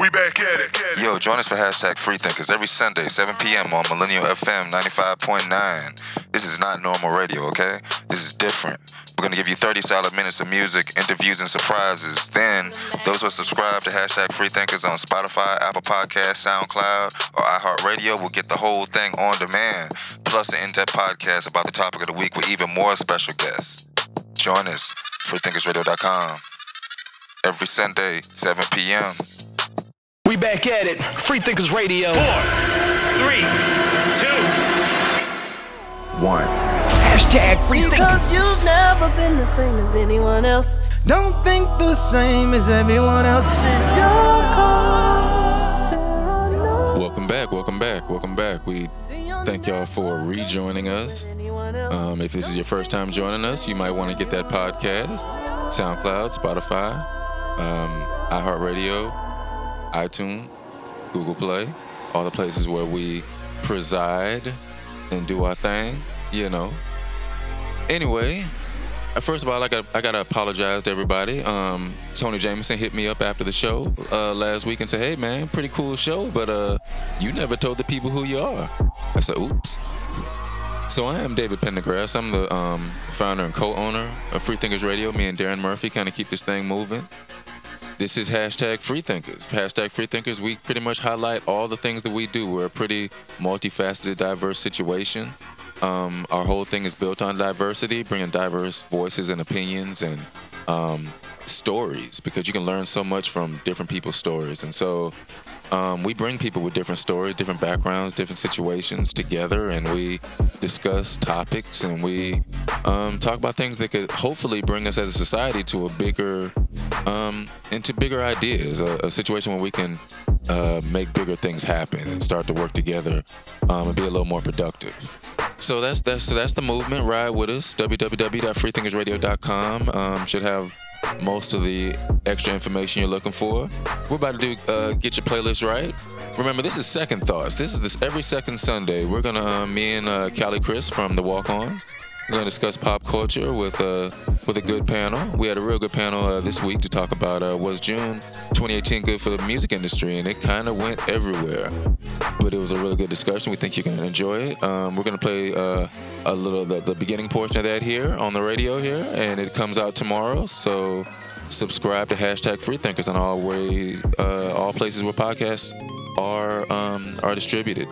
We back at it. Yo, join us for hashtag Freethinkers every Sunday, 7 p.m. on Millennial FM 95.9. This is not normal radio, okay? This is different. We're gonna give you 30 solid minutes of music, interviews, and surprises. Then, those who are subscribed to hashtag Freethinkers on Spotify, Apple Podcasts, SoundCloud, or iHeartRadio will get the whole thing on demand, plus an in depth podcast about the topic of the week with even more special guests. Join us, freethinkersradio.com, every Sunday, 7 p.m. We back at it. Free Thinkers Radio. Three, two. One. Hashtag free thinkers. Because you've never been the same as anyone else. Don't think the same as everyone else. It's your call. Welcome back, welcome back, welcome back. We thank y'all for rejoining us. Um, if this is your first time joining us, you might want to get that podcast, SoundCloud, Spotify, um, iHeartRadio, iTunes, Google Play, all the places where we preside and do our thing, you know. Anyway, uh, first of all, I got I gotta apologize to everybody. Um, Tony Jameson hit me up after the show uh, last week and said, "Hey man, pretty cool show, but uh, you never told the people who you are." I said, "Oops." So I am David Pendergrass. I'm the um, founder and co-owner of Free Thinkers Radio. Me and Darren Murphy kind of keep this thing moving. This is hashtag Freethinkers. Hashtag Freethinkers. We pretty much highlight all the things that we do. We're a pretty multifaceted, diverse situation. Um, our whole thing is built on diversity, bringing diverse voices and opinions and um, stories because you can learn so much from different people's stories. And so um, we bring people with different stories, different backgrounds, different situations together, and we discuss topics and we um, talk about things that could hopefully bring us as a society to a bigger, um, into bigger ideas, a, a situation where we can uh, make bigger things happen and start to work together um, and be a little more productive. So that's that's so that's the movement. Ride with us. www.freethinkersradio.com um, should have most of the extra information you're looking for. We're about to do uh, get your playlist right. Remember, this is Second Thoughts. This is this every second Sunday. We're gonna uh, me and uh, Callie Chris from the Walk Ons. We're gonna discuss pop culture with uh, with a good panel. We had a real good panel uh, this week to talk about uh, was June 2018 good for the music industry, and it kind of went everywhere. But it was a really good discussion. We think you're gonna enjoy it. Um, we're gonna play uh, a little the, the beginning portion of that here on the radio here, and it comes out tomorrow. So subscribe to hashtag Freethinkers on all way uh, all places where podcasts are um, are distributed.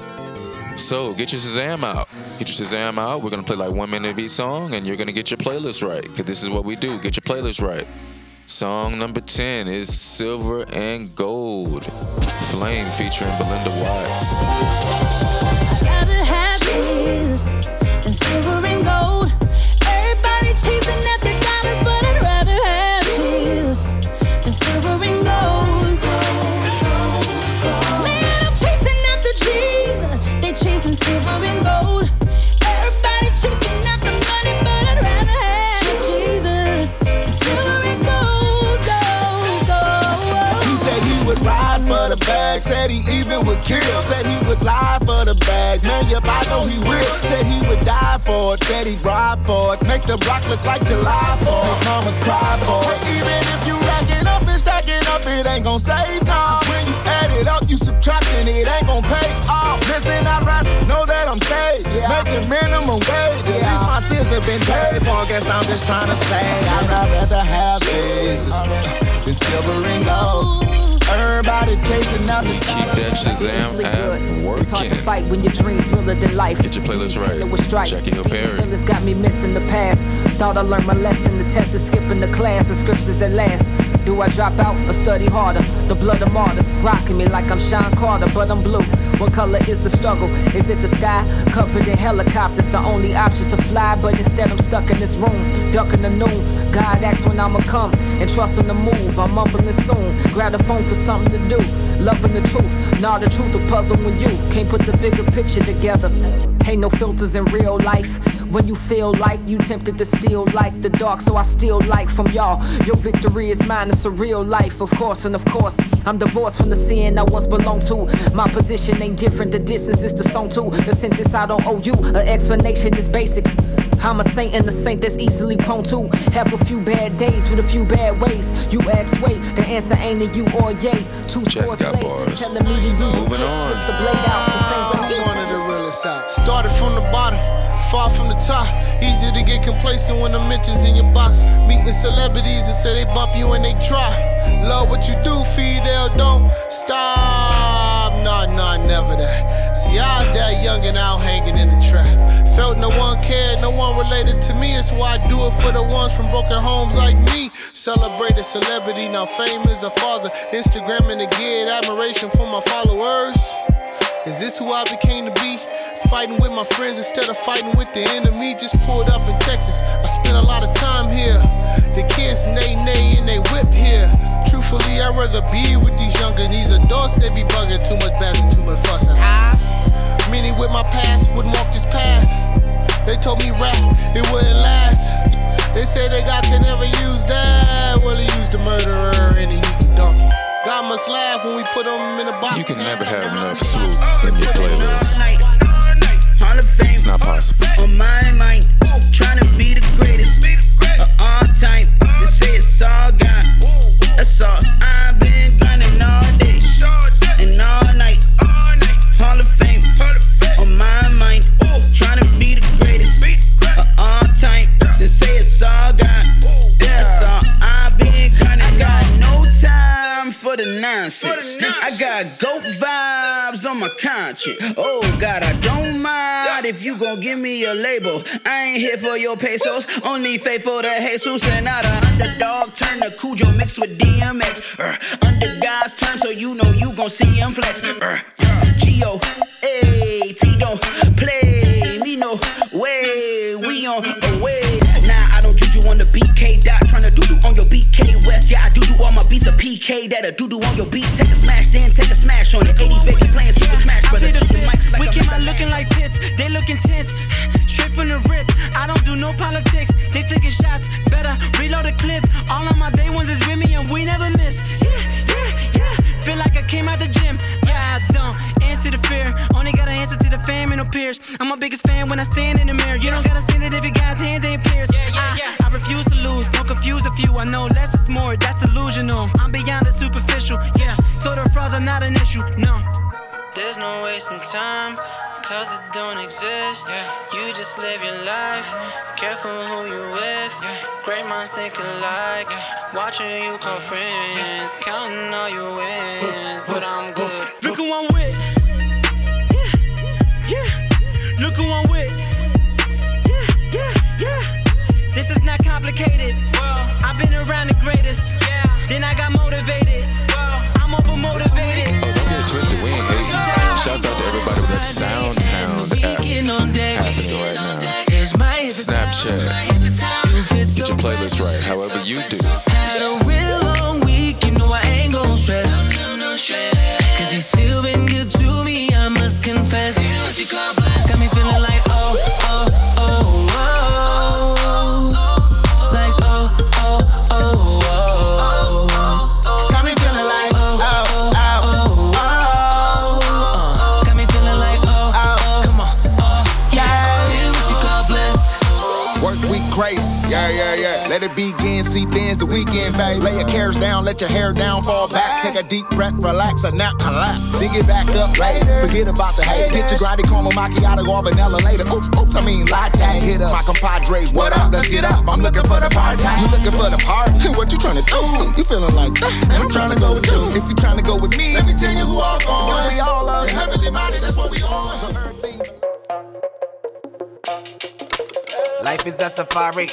So get your Shazam out. Get your Shazam out. We're gonna play like one minute of each song, and you're gonna get your playlist right. Cause this is what we do. Get your playlist right. Song number ten is Silver and Gold, Flame featuring Belinda Watts. Gotta have this and silver and gold. Everybody chasing after dollars, but I'd rather have this than silver and gold. Man, I'm chasing after Jesus. They chasing silver and gold. Everybody chasing after money, but I'd rather have Jesus than silver and gold, gold, gold. He said he would ride for the bag. Said he even would kill. Said he would lie for the bag. Man, yep, I know he will. Said he would die for it. Said he'd rob for it. Make the block look like July for it. Make mamas cry for it. Even if you racking up and stacking up, it ain't gon' save no. When you add it up, you subtracting it ain't gon' pay off. Listen, I'd rather know that I'm saved. Making minimum wage. At least my sins have been paid for. Guess I'm just trying to say I'd rather have Jesus than silver and gold. Everybody chasing after Keep that Shazam app It's hard to working. fight when your dreams realer than life. Get your playlist right. It was stripes. Jackie Hill These Perry. feelings got me missing the past. Thought I learned my lesson. The test is skipping the class. The scriptures at last. Do I drop out or study harder? The blood of martyrs rocking me like I'm Sean Carter, but I'm blue. What color is the struggle? Is it the sky covered in helicopters? The only option to fly, but instead I'm stuck in this room, ducking the noon. God asks when I'ma come and trusting the move. I'm mumbling soon. Grab the phone for something to do. Loving the truth, nah, the truth will puzzle when you can't put the bigger picture together. Ain't no filters in real life. When you feel like you tempted to steal like the dark, so I steal like from y'all. Your victory is mine, it's a real life, of course, and of course. I'm divorced from the sin I once belonged to. My position ain't different, the distance is the song too. The sentence I don't owe you, an explanation is basic. I'm a saint and a saint that's easily prone to have a few bad days with a few bad ways. You ask, wait, the answer ain't a you or yay. Two scores late, telling me to use Moving on. the blade out. The same blade. I'm one of the realest out. Started from the bottom, far from the top. Easy to get complacent when the mentions in your box. Meeting celebrities and say they bump you and they try. Love what you do, Fidel, don't stop. Nah, nah, never that. See, I was that young and out hanging in the trap. Felt no one cared, no one related to me. It's why I do it for the ones from broken homes like me. Celebrated celebrity, now fame is a father. Instagramming to get admiration for my followers. Is this who I became to be? Fighting with my friends instead of fighting with the enemy. Just pulled up in Texas. I spent a lot of time here. The kids nay nay and they whip here. Truthfully, I'd rather be with these younger. These adults, they be bugging too much bashing, too much fussing. Many with my past wouldn't walk this path. They told me rap, it wouldn't last. They say that God can never use that. Well, he used the murderer and he used the donkey. God must laugh when we put him in a box. You can never have enough swoop in your playlist. Hall of Fame. It's not possible. On my mind, trying to be the greatest of all time. They say it's all God. That's all. I've been grinding all day and all night. Hall of Fame. On my mind, trying to be the greatest of all time. They say it's all God. That's all. I've been grinding. I got no time for the nonsense. I got goat vibes on my conscience. Oh God, I don't mind if you gon' give me a label. I ain't here for your pesos, only faithful to Jesus and I the underdog. Turn the Cujo mixed with DMX. Uh, under God's terms, so you know you gon' see him flex. Uh, Geo, hey, T don't play me no way. We on away. Nah, I don't juju on the BK dot. Tryna do do on your BK West. Yeah, I do do all my beats of PK that a do do on your beat. Take a smash, then take a smash on the 80s baby playing Super Smash Brothers. We keep on looking like pits, they look intense. Straight from the rip, I don't do no politics. They taking shots, better reload the clip. All of my day ones is with me and we never miss. Yeah, yeah, yeah. Feel like I came out the gym. Yeah, I don't answer the fear. Only got an answer to the fam and no peers. I'm my biggest fan when I stand in the mirror. You don't gotta stand it if your God's hands ain't pierced. Yeah, yeah, I, I refuse to lose, don't confuse a few. I know less is more, that's delusional. I'm beyond the superficial, yeah. So the frauds are not an issue, no. There's no wasting time, cause it don't exist. You just live your life, Mm-hmm. careful who you with. Great minds think alike, watching you call Mm-hmm. friends, counting all your wins. But I'm good. Look who I'm with. Yeah, yeah. Look who I'm with. Yeah, yeah, yeah. This is not complicated. I've been around the greatest. Yeah. Then I got motivated. I'm over motivated. Oh, don't get it twisted. We ain't hating. Shouts out to everybody with that Sound Hound app happening right now. Snapchat. Get your playlist right, however you do. Had a real long week, you know I ain't gon' stress. Cause he's still been good to me, I must confess. Got me feeling like oh, oh, oh, oh. Like oh, oh, oh, oh, oh. Got me feeling like oh, oh, oh. Uh, Got me feeling like oh, oh. Come on, oh, yeah. Feel what you call blessed. Work week crazy. Yeah, yeah, yeah. Let it begin, see thins the weekend, babe. Lay your cares down, let your hair down, fall back. Take a deep breath, relax, and nap, collapse. Dig it back up later. Forget about the hate. Get your grotty caramel macchiato or vanilla later. Oops, oops, I mean latte. Hit up my compadres, what up? Let's get up. I'm looking for the party. You looking for the party? What you trying to do? You feeling like, "Uh, I'm trying to go with you. If you trying to go with me, let me tell you who I'm on. It's gonna be all us. Heavenly minded, that's what we on. Life is a safari.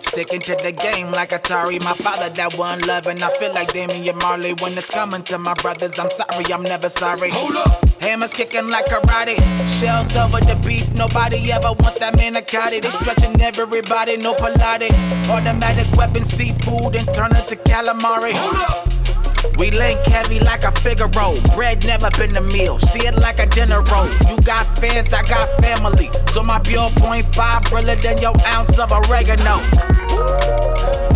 Sticking to the game like Atari. My father, that one love, and I feel like Damian Marley. When it's coming to my brothers, I'm sorry, I'm never sorry. Hold up. Hammers kicking like karate. Shells over the beef. Nobody ever want that manicotti. They stretching everybody, no Pilates. Automatic weapon, seafood, and turn it to calamari. Hold up. We link heavy like a Figaro. Bread never been a meal. See it like a dinner roll. You got fans, I got family. So my pure point five realer than your ounce of oregano.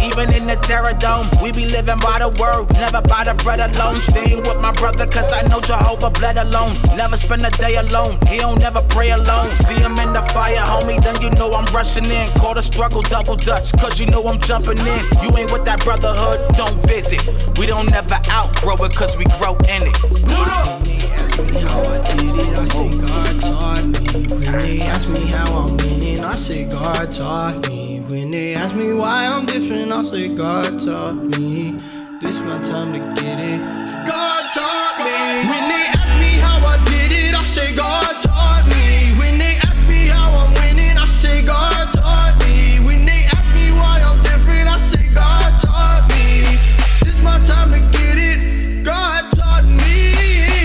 Even in the terror dome, we be living by the word, never by the bread alone. Staying with my brother, cause I know Jehovah bled alone. Never spend a day alone, he don't never pray alone. See him in the fire, homie, then you know I'm rushing in. Call the struggle double dutch, cause you know I'm jumping in. You ain't with that brotherhood, don't visit. We don't never outgrow it, cause we grow in it. When they ask me how I'm winning, I say God taught me. When they ask me why I'm different, I say God taught me. This my time to get it. God taught me. When they ask me how I did it, I say God taught me. When they ask me how I'm winning, I say God taught me. When they ask me why I'm different, I say God taught me. This my time to get it. God taught me.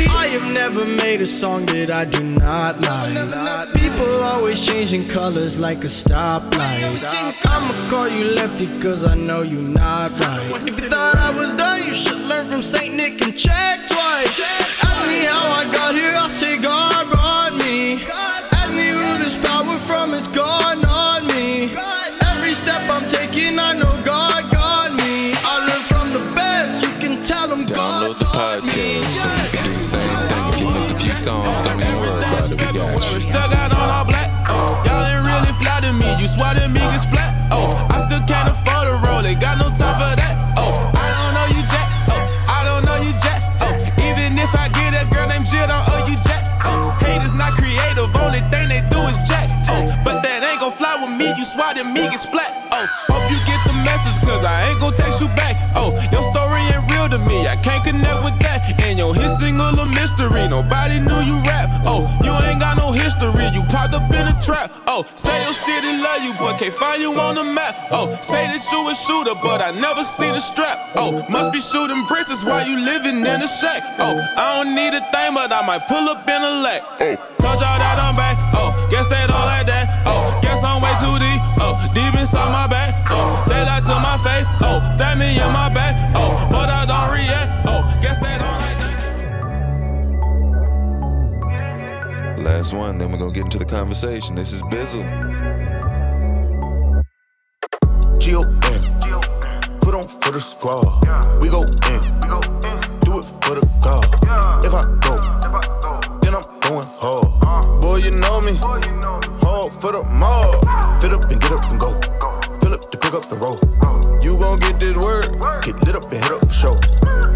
I have never made a song that I do not like. People always changing colors like a stoplight. I'ma call you lefty cause I know you not right. If you thought I was done, you should learn from Saint Nick and check twice. Ask me how I got here, I say God brought me. Ask me who this power from, it's God, not me. Every step I'm taking, I know God got me. I learn from the best, you can tell them Download God the podcast and you can do the same thing. If you missed a few songs, don't even worry about it. We got you. Stuck out on all black. Oh, y'all ain't really fly to me. You swatted me, get splat. Oh, I still can't afford a roll. Ain't got no time for that. Oh, I don't know you, Jack. Oh, I don't know you, Jack. Oh, even if I get a girl named Jill, don't owe you, Jack. Oh, hate is not creative. Only thing they do is Jack. Oh, but that ain't gon' fly with me. You swatted me, get splat. Oh, hope you get the message, cause I ain't gon' text you back. Oh, your story ain't real to me. I can't connect with that. And your hit single a mystery. Nobody knew you rap. Oh, you ain't got no history. You popped up in a trap. Oh, say your city love you, but can't find you on the map. Oh, say that you a shooter, but I never seen a strap. Oh, must be shooting bricks, is why you living in a shack. Oh, I don't need a thing, but I might pull up in a lack. Oh, told y'all that I'm back. Oh, guess that all like that. Oh, guess I'm way too deep. Oh, deep inside my back. Oh, they lie to my face. Oh, stab me in my back. Oh, but I don't react. Oh, guess that all like that. Last one, then we're gonna get into the conversation. This is Bizzle. G O N. Put on for the squad. We go in. Do it for the God. If I go, then I'm going hard. Boy, you know me. Hard for the mob. Fit up and get up and go. Fill up to pick up and roll. You gon' get this word. Get lit up and hit up for show.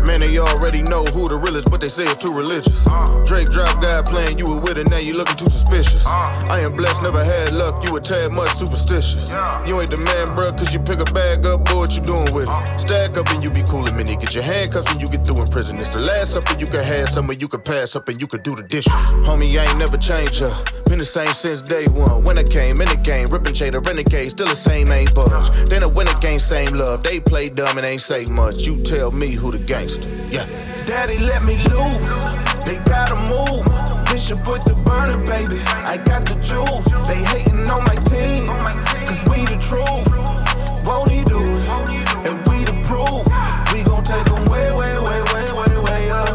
Man, they already know who the realest, but they say it's too religious. Drake drop guy playing you were with it, now you looking too suspicious. I am blessed, never had luck, you a tad much superstitious. You ain't the man, bruh, cause you pick a bag up, boy, what you doing with it? Stack up and you be coolin', mini. Get your handcuffs and you get through in prison. It's the last supper you could have, summer you could pass up and you could do the dishes. Homie, I ain't never changed up. Been the same since day one. When I came in the game, rippin' shade a renegade, still the same, ain't budge. Then a winner game, same love. They play dumb and ain't say much. You tell me who the gangster. Yeah. Daddy let me loose. They gotta move. Bishop with the burner, baby. I got the jewels. They hating on my team. Cause we the truth. Won't he do it? And we the proof. We gon' take them way, way, way, way, way, way up.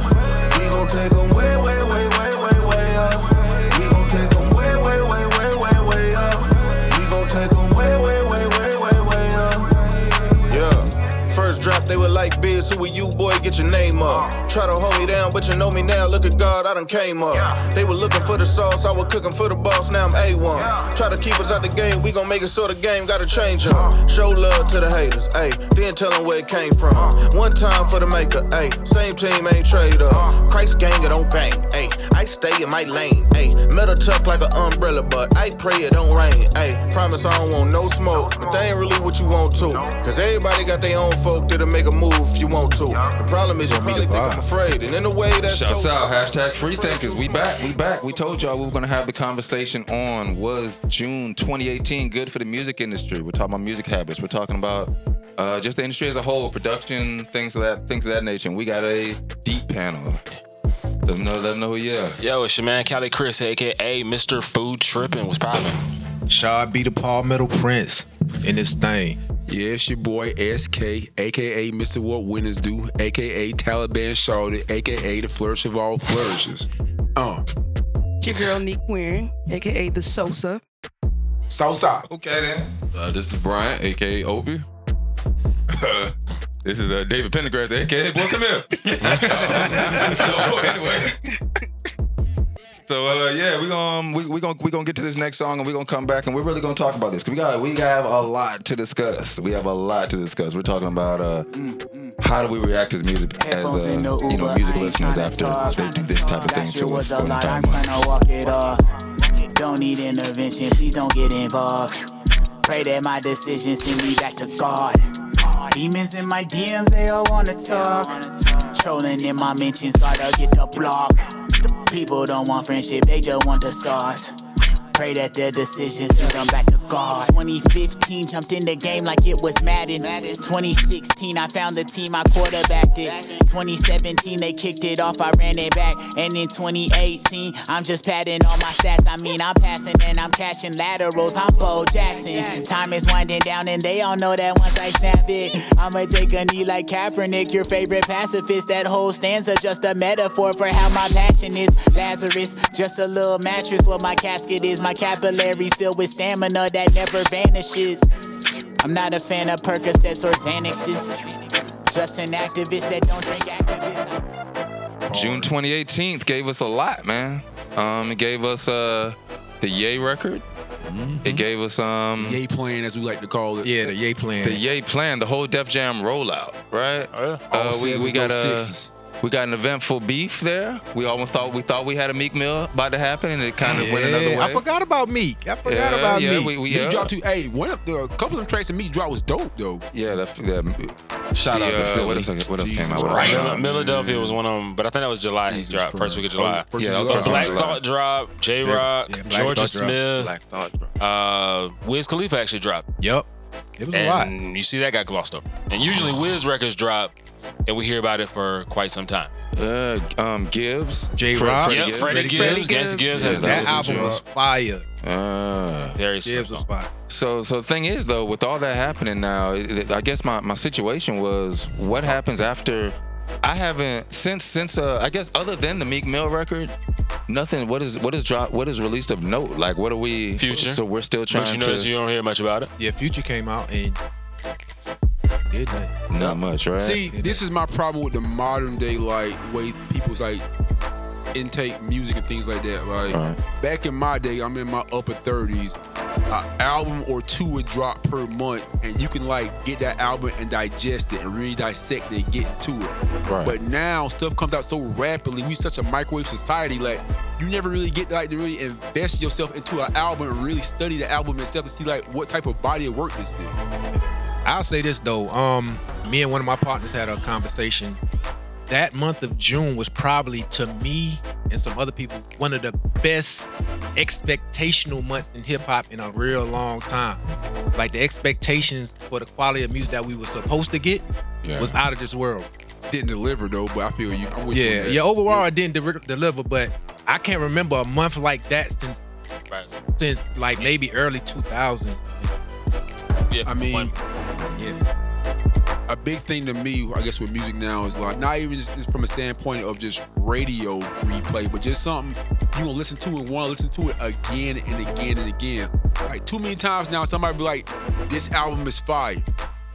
We gon' take them way, way, way, way, way, way up. We gon' take them way, way, way, way, way, way up. We gon' take them way, way, way, way, way, way up. Yeah. First drop, they were like, Biz, who are you, boy? Get your name up. Try to hold me down, but you know me now. Look at God, I done came up. They were looking for the sauce, I was cooking for the boss, now I'm A1. Try to keep us out the game, we gon' make it so the game gotta change up. Show love to the haters, ayy. Then tell them where it came from. One time for the maker, ayy. Same team ain't trade up. Christ gang, it don't bang, ayy. I stay in my lane, ayy. Metal tuck like an umbrella, but I pray it don't rain, ayy. Promise I don't want no smoke, but they ain't really what you want to. Cause everybody got their own folk that'll make a move if you want to. The problem is you really think I'm afraid, and in a way that's Shouts so out, hashtag free thinkers. We back, we back. We told y'all we were gonna have the conversation on was June 2018 good for the music industry. We're talking about music habits. We're talking about uh, just the industry as a whole, production, things of that, things of that nature. And we got a deep panel. Let them know, let them know who you are. Yo, it's your man Cali Chris, aka Mr. Food Trippin' was poppin'. Shaw be the Palmetto Prince in this thing. Yeah, it's your boy SK, aka Mr. What Winners Do, aka Taliban Shorty, aka the Flourish of All Flourishes. Uh, It's your girl Neek Wearing, aka the Sosa. Sosa. Okay then. Uh, this is Brian, aka Opie. this is uh, David Pendergrass, aka Boy Come Here. so anyway, So uh, yeah, we going we we gonna we gonna get to this next song and we are gonna come back and we're really gonna talk about this 'Cause we got we have a lot to discuss. We have a lot to discuss. We're talking about uh, how do we react to music as Headphones in uh, the you know Uber, music I ain't listeners tryna after talk. they do this type of thing That shit to was us. What a I'm lot. I'm talking about. tryna walk it off. Don't need intervention. Please don't get involved. Pray that my decisions send me back to God. Demons in my DMs, they all wanna talk. Trolling in my mentions, gotta get the block. People don't want friendship, they just want the sauce. Pray that their decisions send them back to God. 2015 jumped in the game like it was Madden. 2016 I found the team, I quarterbacked it. 2017 they kicked it off, I ran it back. And in 2018 I'm just padding all my stats. I mean I'm passing and I'm cashing laterals. I'm Bo Jackson. Time is winding down and they all know that once I snap it, I'ma take a knee like Kaepernick. Your favorite pacifist. That whole stanza just a metaphor for how my passion is. Lazarus, just a little mattress where my casket is. My capillaries filled with stamina that never vanishes. I'm not a fan of Percocets or Xanaxes. Just an activist that don't drink activist. June 2018 gave us a lot, man. Um, it gave us uh the Yay record. It gave us um Yay Mm-hmm. plan, as we like to call it. Yeah, the Yay plan. The Yay plan, the whole Def Jam rollout, right? All Uh, we sevens, we got no uh, sixes. we got an eventful beef there. We almost thought we thought we had a Meek Mill about to happen, and it kind of went another way. I forgot about Meek. I forgot Yeah, about yeah, Meek. we- we- Meek yeah. dropped two. Hey, one of the a couple of them tracks that Meek dropped was dope though. Yeah, that, that shout out to Philly. uh, What else, what else came out? Jesus What else came Christ. out? uh, Philadelphia was one of them, but I think that was July he dropped. First week of July. Oh, first week of Uh, July. Black July. Thought dropped. J Rock, Yeah, Black Georgia Thought dropped. Smith, Black Thought uh, Wiz Khalifa actually dropped. Yep. It was a lot. and You see that got glossed over. And usually Wiz records drop, and we hear about it for quite some time. Uh, um, Gibbs, J. Fre- Rock, Freddie yep, Freddie Gibbs, Gangsta Gibbs has that those album as was well. fire. Uh, Very Gibbs was fire. So, so the thing is though, with all that happening now, it- it- I guess my, my situation was what happens after. I haven't since since uh, I guess other than the Meek Mill record, nothing. What is what is drop? What is released of note? Like what are we? Future. So we're still trying But you to. notice you don't hear much about it. Yeah, Future came out and did that. not much, right? See, this is my problem with the modern day like way people's like intake music and things like that. Like back in my day, I'm in my upper thirties. An album or two would drop per month, and you can like get that album and digest it and really dissect it, and get to it. Right. But now stuff comes out so rapidly. We such a microwave society. Like you never really get like to really invest yourself into an album and really study the album itself to see like what type of body of work this is. I'll say this though. Um, me and one of my partners had a conversation. That month of June was probably to me and some other people one of the best expectational months in hip hop in a real long time. Like the expectations for the quality of music that we were supposed to get Yeah. was out of this world. Didn't deliver though, but I feel you. I'm with you on yeah, that. yeah. Overall, it didn't de- deliver, but I can't remember a month like that since since like maybe early 2000. Yeah, I mean, yeah. A big thing to me, I guess, with music now is like not even just just from a standpoint of just radio replay, but just something you gonna listen to and want to listen to it again and again and again. Like too many times now, somebody be like, "This album is fire,"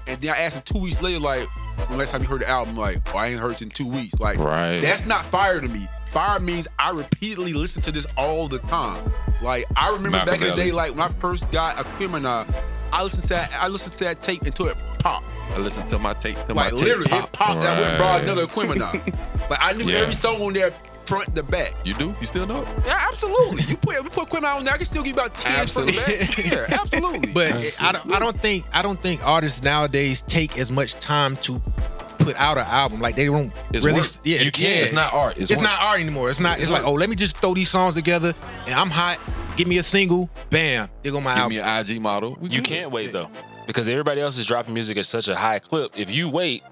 and then I ask them two weeks later, like, "When last time you heard the album?" Like, "Oh, I ain't heard it in two weeks." Like, Right. That's not fire to me. Fire means I repeatedly listen to this all the time. Like I remember Malcolm back in the X. day, like when I first got a criminal, I listened to that, I listened to that tape until it popped. I listened to my tape. To Like my literally, tape it popped. That went brought another criminal. like I knew Yeah. every song on there, front to back. You do? You still know? Yeah, absolutely. You put we put criminal on there, I can still give you about ten front to back. Yeah, absolutely. But I don't, I don't think I don't think artists nowadays take as much time to put out an album. Like they don't It's really. work. Yeah, You can't. yeah. It's not art. It's, It's work. not art anymore. It's not. It's, It's like work. oh, let me just throw these songs together and I'm hot. Give me a single, bam, there go my Give album. me an IG model. We You good. can't wait though, because everybody else is dropping music at such a high clip. If you wait,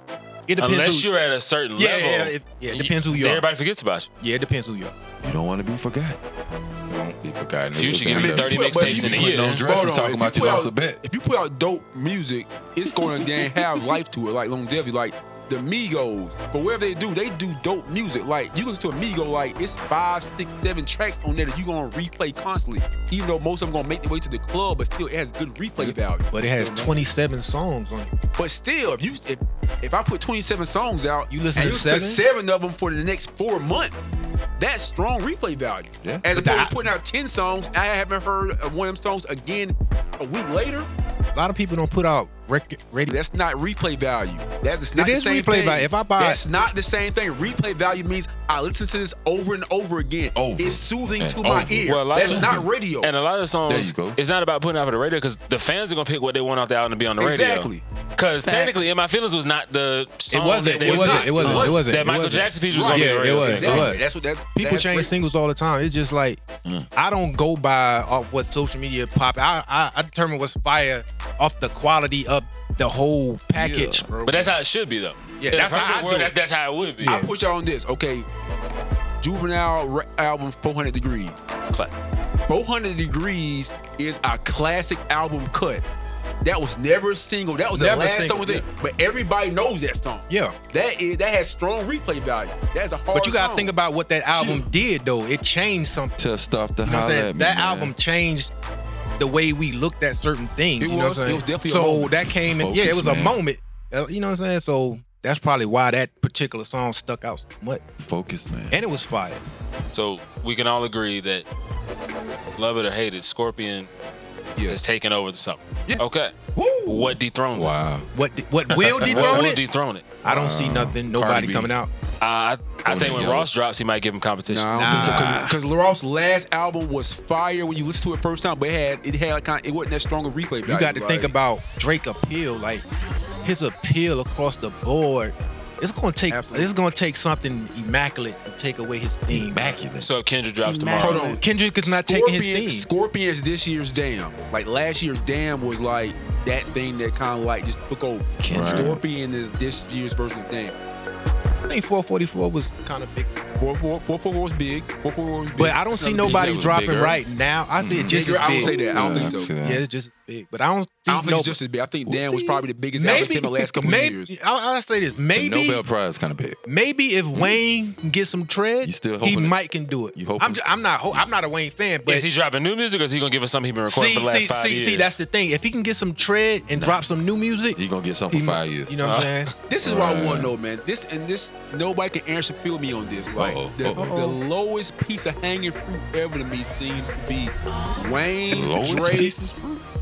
It depends unless who- you're at a certain Yeah, level, yeah, if- yeah, it depends who you are. Everybody forgets about you. Yeah, it depends who you are. You don't want to be forgot. You don't- forgotten. Future giving you 30 But- but mixtapes you in a put year. on dresses talking about you lost a bet. If you put out dope music, it's going to then have life to it, like longevity, like the Migos. But wherever they do, they do dope music. Like you listen to a Migo, like it's five, six, seven tracks on there that you're going to replay constantly, even though most of them going to make their way to the club, but still it has good replay value. But it has Still, man. 27 songs on it. But still, if you if, if I put 27 songs out, you listen and to you seven? seven of them for the next four months. That's strong replay value. Yeah. As But opposed the- to putting out 10 songs, I haven't heard of one of them songs again a week later. A lot of people don't put out record radio. That's not replay value. That's it's It not is the same replay thing. value. If I buy- that's not the same thing. Replay value means I listen to this over and over again. it's soothing to my oh, ear. Well, a lot that's of- not radio. And a lot of the songs, There you go. it's not about putting it out for the radio because the fans are gonna pick what they want off the album to be on the radio. Exactly. Because technically, in my feelings was not the song wasn't, That they it wasn't, picked. it wasn't, it wasn't, That it Michael wasn't. Jackson feature was gonna be Yeah, on the radio. it was, it Exactly. was. That's what that People that's change what- singles all the time. It's just like I don't go by off what social media pop. I, I I determine what's fire off the quality of the whole package, bro. But that's how it should be though. Yeah, In a that's how perfect I world, do it. that's, that's how it would be. I put y'all on this. Okay, Juvenile re- album 400 Degrees. 400 Degrees is our classic album cut. That was never a single. That was Never the last single, song we did. But everybody knows that song. Yeah. That is that has strong replay value. That's a hard. But you gotta song. think about what that album did though. It changed something. To stop the You know what I'm saying? at me, That man. album changed the way we looked at certain things. It you know was- what I'm it saying? was definitely a so moment. that came in. yeah, it Focus, was a man. moment. Uh, You know what I'm saying? So that's probably why that particular song stuck out so much. Focus, man. And it was fire. So we can all agree that love it or hate it, Scorpion is taking over the summer. Okay. What dethrones it? What what will dethrone what will it? dethrone it? I don't Uh, see nothing. Nobody coming out. Uh, I, I think when Yellow. Ross drops, he might give him competition. Nah, I don't think so. Because Ross' last album was fire when you listen to it first time, but it had it had kind of, it wasn't that strong a replay value. You got to like- think about Drake appeal, like his appeal across the board. It's gonna take it's gonna take something immaculate to take away his theme. Immaculate. Mm, So if Kendrick drops tomorrow. Hold on. Kendrick is not taking his theme. Scorpion is this year's Damn. Like last year's Damn was like that thing that kind of like just took over. Right. Scorpion is this year's version of Damn. I think 444 was kind of big. 444 444 was big. 444 was big. Mm-hmm. But I don't see nobody dropping right now. I see it just Bigger, as I big. don't say that. I don't think so. Yeah, it's just as big. But I don't I think, don't think no, it's just as big. I think Dan was probably the biggest album maybe, in the last couple maybe, of years. I'll, I'll say this. Maybe Nobel Prize kind of big. Maybe if Mm-hmm. Wayne can get some tread, still he hoping it- might can do it. you hoping I'm, j- I'm not. ho- I'm not a Wayne fan, but is he dropping new music or is he gonna give us something he's been recording for see, the last see, five see, years? see, that's the thing. If he can get some tread and drop some new music, He gonna get something for He- five years. you Uh-huh. know what I'm saying? This is what I want to know, man. This and this, nobody can answer feel me on this. Like the, Uh-oh. the lowest piece of hanging fruit ever to me seems to be Wayne, The lowest Drake, piece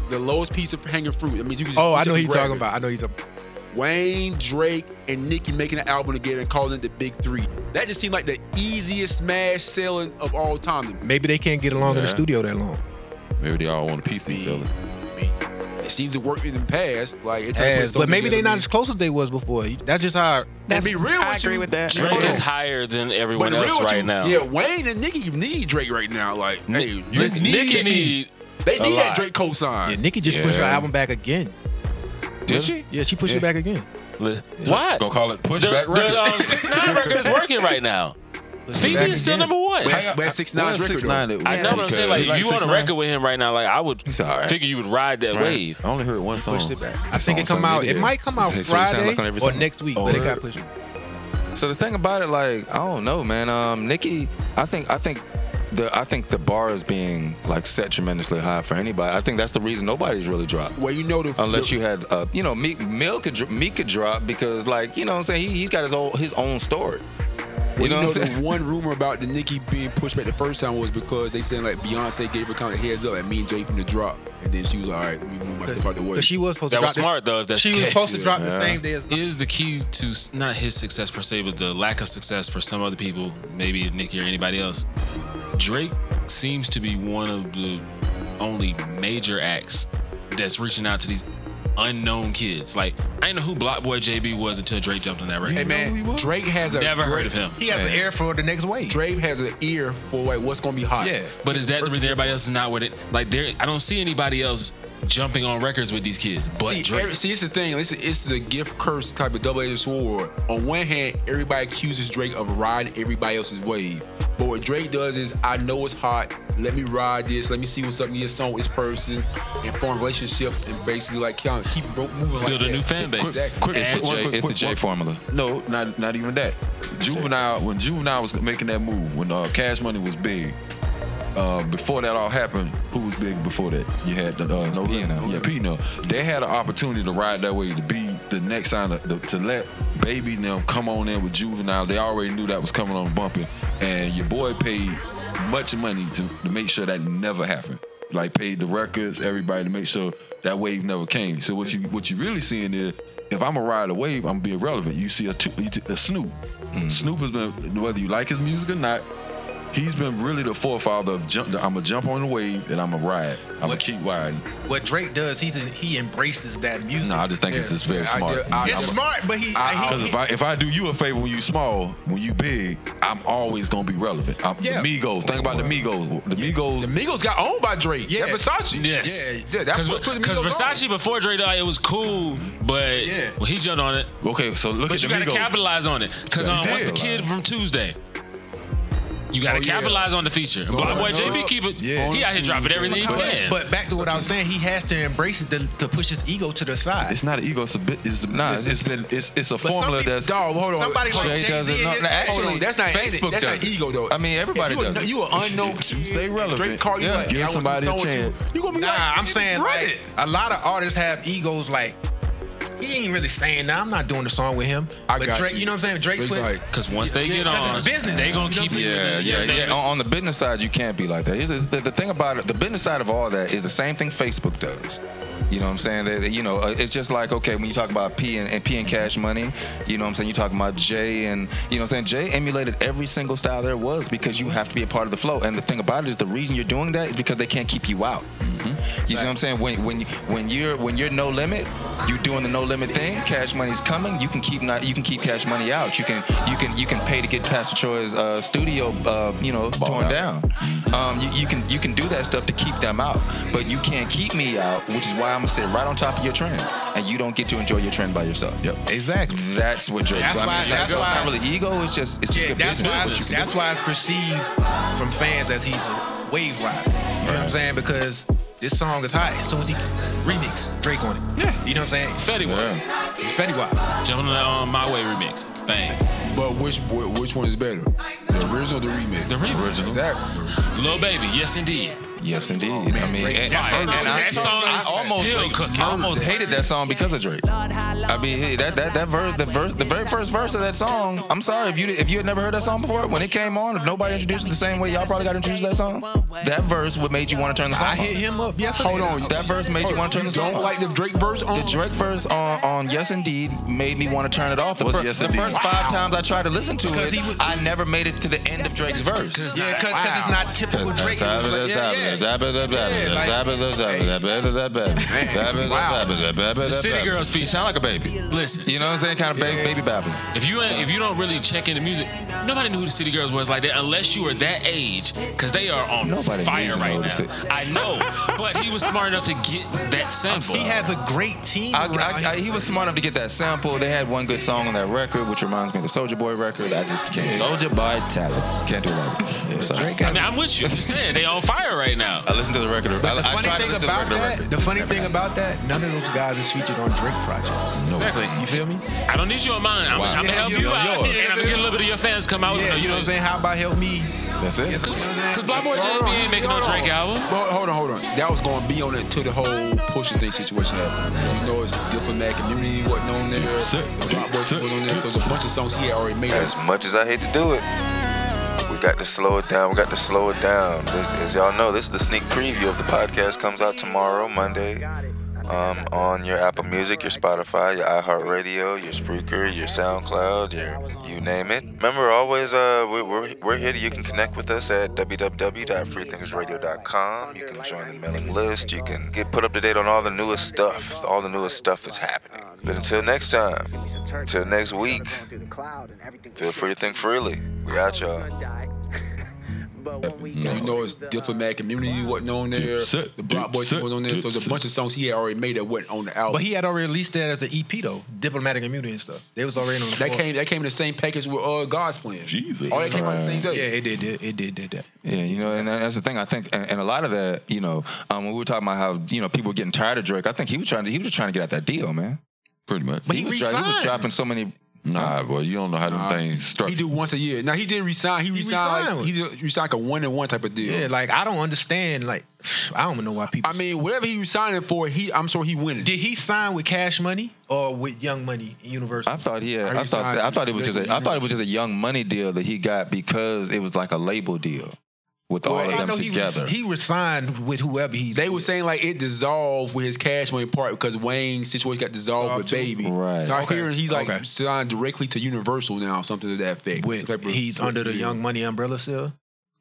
the lowest piece of hanging fruit. I mean, you can. Just, Oh, you I just know he's grab talking it. about. I know he's a. Wayne, Drake, and Nicki making an album together and calling it the Big Three. That just seemed like the easiest smash selling of all time. to me. Maybe they can't get along in the Yeah. studio that long. Maybe they all want a piece of each other. It seems to work in the past. Like, it turned As, so but maybe together, they're not man. as close as they was before. That's just how. That's- be real I with agree you, with that. Drake Hold is on. higher than But everyone the else real right truth, now. Yeah, Wayne and Nicki need Drake right now. Like, hey, you Nicki Nicki need They a need lot. that Drake cosign. Yeah, Nicki just pushed her album back again. Did she? Yeah, she pushed Yeah. it back again. Li- Why? Gonna call it the, pushback the, record. um, six nine record is working right now. Phoebe back is still again. number one. But that's- but that's 6xine's record, though. I know what I'm saying. Like, Like if you on a 6ix9ine? record with him right now, like I would right. figure you would ride that Right. wave. I only heard one song. pushed it back. I think it come out. It might come out So it sounds Friday like on every or song. next week, Oh, but it word. got pushed. So the thing about it, like, I don't know, man. Um, Nikki, I think, I think. The, I think the bar is being like set tremendously high for anybody. I think that's the reason nobody's really dropped. Well, you know the unless you had, uh, you know, Meek Mill could dr- Meek could drop because like you know what I'm saying he has got his own his own story. Well, You know, what I'm the saying? one rumor about the Nicki being pushed back the first time was because they said like Beyonce gave her kind of heads up and me and Jay from the drop, and then she was like, all right, let me move myself out the way. But she was supposed That to was drop this- smart though. If that's she the was case. supposed to drop the same day as Is the key to s- not his success per se, but the lack of success for some other people, maybe Nicki or anybody else. Drake seems to be one of the only major acts that's reaching out to these unknown kids. Like I didn't know who Block Boy JB was until Drake jumped on that record. Hey man, Drake has a never heard great- of him. ear for the next wave. Drake has an ear for like what's gonna be hot. Yeah. But is that the reason everybody else is not with it? Like there, I don't see anybody else jumping on records with these kids. But see, Drake. every- see, it's the thing. It's, it's the gift curse type of double edged sword. On one hand, everybody accuses Drake of riding everybody else's wave. But what Drake does is, I know it's hot. Let me ride this. Let me see what's up in your song with this person, and form relationships, and basically like kind of keep ro- moving like Build a that. new fan base. Exactly. It's the J- it's the J formula. No, not not even that. Juvenile when Juvenile was making that move when uh, Cash Money was big. Uh, before that all happened, who was big before that? You had the uh, no Pino. Yeah, Pino. They had an opportunity to ride that way to be the next sign of, the, to let Baby and them come on in with Juvenile. They already knew that was coming on bumping, and your boy paid much money to, to make sure that never happened. Like paid the records, everybody to make sure that wave never came. So what you what you really seeing is if I'm a ride a wave, I'm being relevant. You see a, two, you t- a Snoop. Snoop has been whether you like his music or not. He's been really the forefather of jump. I'm gonna jump on the wave and I'm gonna ride. I'm gonna keep riding. What Drake does, he's he embraces that music. No, I just think it's just very smart. it's I'm a- smart, but he, he- because he- if I if I do you a favor when you small, when you big, I'm always gonna be relevant. I'm, Yeah. The Migos, think about the Migos. The Migos. The Migos got owned by Drake. Yeah, Versace. Yes. Yeah, that Because put- put Migos on. Versace before Dre died, it was cool, but yeah. well, he jumped on it. Okay, so look but at you the gotta Migos. capitalize on it. Because Yeah, um, he what's the did. kid from Tuesday? You gotta Oh, yeah. capitalize on the feature. Block boy JB keep it. He out here dropping everything he But- can. But back to what I was saying, he has to embrace it to, to push his ego to the side. It's not an ego. It's a bit. It's Nah, It's, it's, an- it's, it's a But some formula people- that's. dog, hold on. Somebody like Jay-Z doesn't. and his- no, Hold actually, on, that's not- Facebook that's not does. ego, though. I mean, everybody If you a- does. it. you a unknown You Stay kid, relevant. Drake called you yeah. like, give "Hey, I wanna do somebody a something with you." chance. You gonna be nah, like, I'm saying run like, it. a lot of artists have egos like he ain't really saying that. I'm not doing the song with him. I but got Drake, you. you. know what I'm saying? Drake It's put- like- 'cause once they get 'cause on, it's business. they gonna You know keep what I'm it- saying? Yeah, yeah, Yeah, yeah. nigga. On, on the business side, you can't be like that. Here's the, the, the thing about it. The business side of all that is the same thing Facebook does. You know what I'm saying? They, they- you know, uh, it's just like okay, when you talk about P and, and P and Cash Money, you know what I'm saying? You talking about Jay and you know what I'm saying? Jay emulated every single style there was because you have to be a part of the flow. And the thing about it is the reason you're doing that is because they can't keep you out. You see what I'm saying? When when you- when you're when you're no limit, you doing the no limit thing. Cash money's coming. You can keep not you can keep cash money out. You can you can you can pay to get Pastor Troy's uh, studio uh, you know torn out. down. Um, you, you can you can do that stuff to keep them out, but you can't keep me out, which is why I'm gonna sit right on top of your trend, and you don't get to enjoy your trend by yourself. Yep. Exactly. That's what Drake. That's I mean, why- it's not- that's it's why- not really ego. It's just it's just Yeah, good that's business. why, what you can that's do. why it's perceived from fans as he's a wave rider. You know what I'm saying? Because this song is hot. As soon as he remix Drake on it. Yeah. You know what I'm saying? Fetty Wap. Fetty Wap. Jumping um, on My Way remix. Bang. But which which one is better, the original or the remix? The remix. Exactly. Lil Baby. Yes, indeed. Yes, indeed. I mean, and, and, Fire. and, and I, That song I is almost, still cooking. I almost hated that song because of Drake. I mean, hey, that that that verse, the verse, the very first verse of that song. I'm sorry if you did- if you had never heard that song before when it came on. If nobody introduced it the same way y'all probably got introduced to that song, that verse would made you want to turn the song. I hit him up yesterday. Hold on, that verse made you want to turn the song. Don't like the Drake verse on. The Drake verse on, on Yes Indeed made me want to turn it off. The, Was fir- Yes the Indeed. first Wow. five times I tried to listen to Because it, he was- I never made it to the end of Drake's verse. Yeah, because it's not typical Drake. It was like, yeah, yeah. The The City Girls feet sound like a baby. Listen. You know what I'm saying? Kind of baby, baby babbling. If you ain't, if you don't really check into music, nobody knew who the City Girls was like that unless you were that age, because they are on Nobody fire needs to right know now. the City- I know, but he was smart enough to get that sample. He has a great team. I, I, I, he was smart enough to get that sample. They had one good song on that record, which reminds me of the Soldier Boy record. I just can't. Soldier Boy talent. Can't do that. Yeah, sorry. I mean, I'm with you. I'm just saying they on fire right now. I listened to the record. I, The I funny tried to thing listen to the about regular that, record. the funny thing about that, none of those guys is featured on Drake projects. No. Exactly. You feel me? I don't need you on mine. I'm, Wow. I'm gonna Yeah, help you you, know out, yours. and I'm gonna get a little bit of your fans come out. with Yeah, no, you know what I'm saying? How about help me? That's it. Because Black Boy JB ain't making no Drake album. Hold on, hold on. That was going to be on it to the whole Pusha thing situation happened. You know, it's diplomatic immunity, wasn't on there. Black Boy was on there, so it's a bunch of songs he had already made. As much as I hate to do it, we got to slow it down. We got to slow it down. As, as y'all know, this is the sneak preview of the podcast. Comes out tomorrow, Monday. Um, on your Apple Music, your Spotify, your iHeartRadio, your Spreaker, your SoundCloud, your you name it. Remember, always uh, we, we're we're here. You can connect with us at www.freethinkersradio.com. You can join the mailing list. You can get put up to date on all the newest stuff, all the newest stuff that's happening. But until next time, until next week, feel free to think freely. We out, y'all. You know, it's diplomatic community wasn't on there. Dipset, The Block Boys Dipset, wasn't on there. So there's a bunch of songs he had already made that wasn't on Oh. the album. But he had already released that as an EP though, diplomatic immunity and stuff. They was already on the that floor. came that came in the same package with uh, God's plan. Jesus, all that came out the same day. Yeah, it did. It, it did. Did that. Yeah, you know, and that's the thing. I think, and, and a lot of that, you know, um, when we were talking about how you know people were getting tired of Drake, I think he was trying to he was just trying to get out that deal, man. Pretty much. But he, was, dri- he was dropping so many. Mm-hmm. Nah, boy, you don't know how them things He structured. do once a year. Now he did resign. He resigned. resigned. like, he did resigned like a one and one type of deal. Yeah, like I don't understand. Like I don't know why people. I mean, whatever he was signing for, he I'm sure he winning. Did he sign with Cash Money or with Young Money University? I thought he had. I thought. I thought it was just. A, I thought it was just a Young Money deal that he got because it was like a label deal with all of I them know he res- together. He, resigned with whoever he. They were saying like it dissolved with his cash money part because Wayne's situation got dissolved with Baby. Right. So I Okay. hear he's like Okay. signed directly to Universal now, something to that effect. Some type of- He's under the yeah. Young Money umbrella still.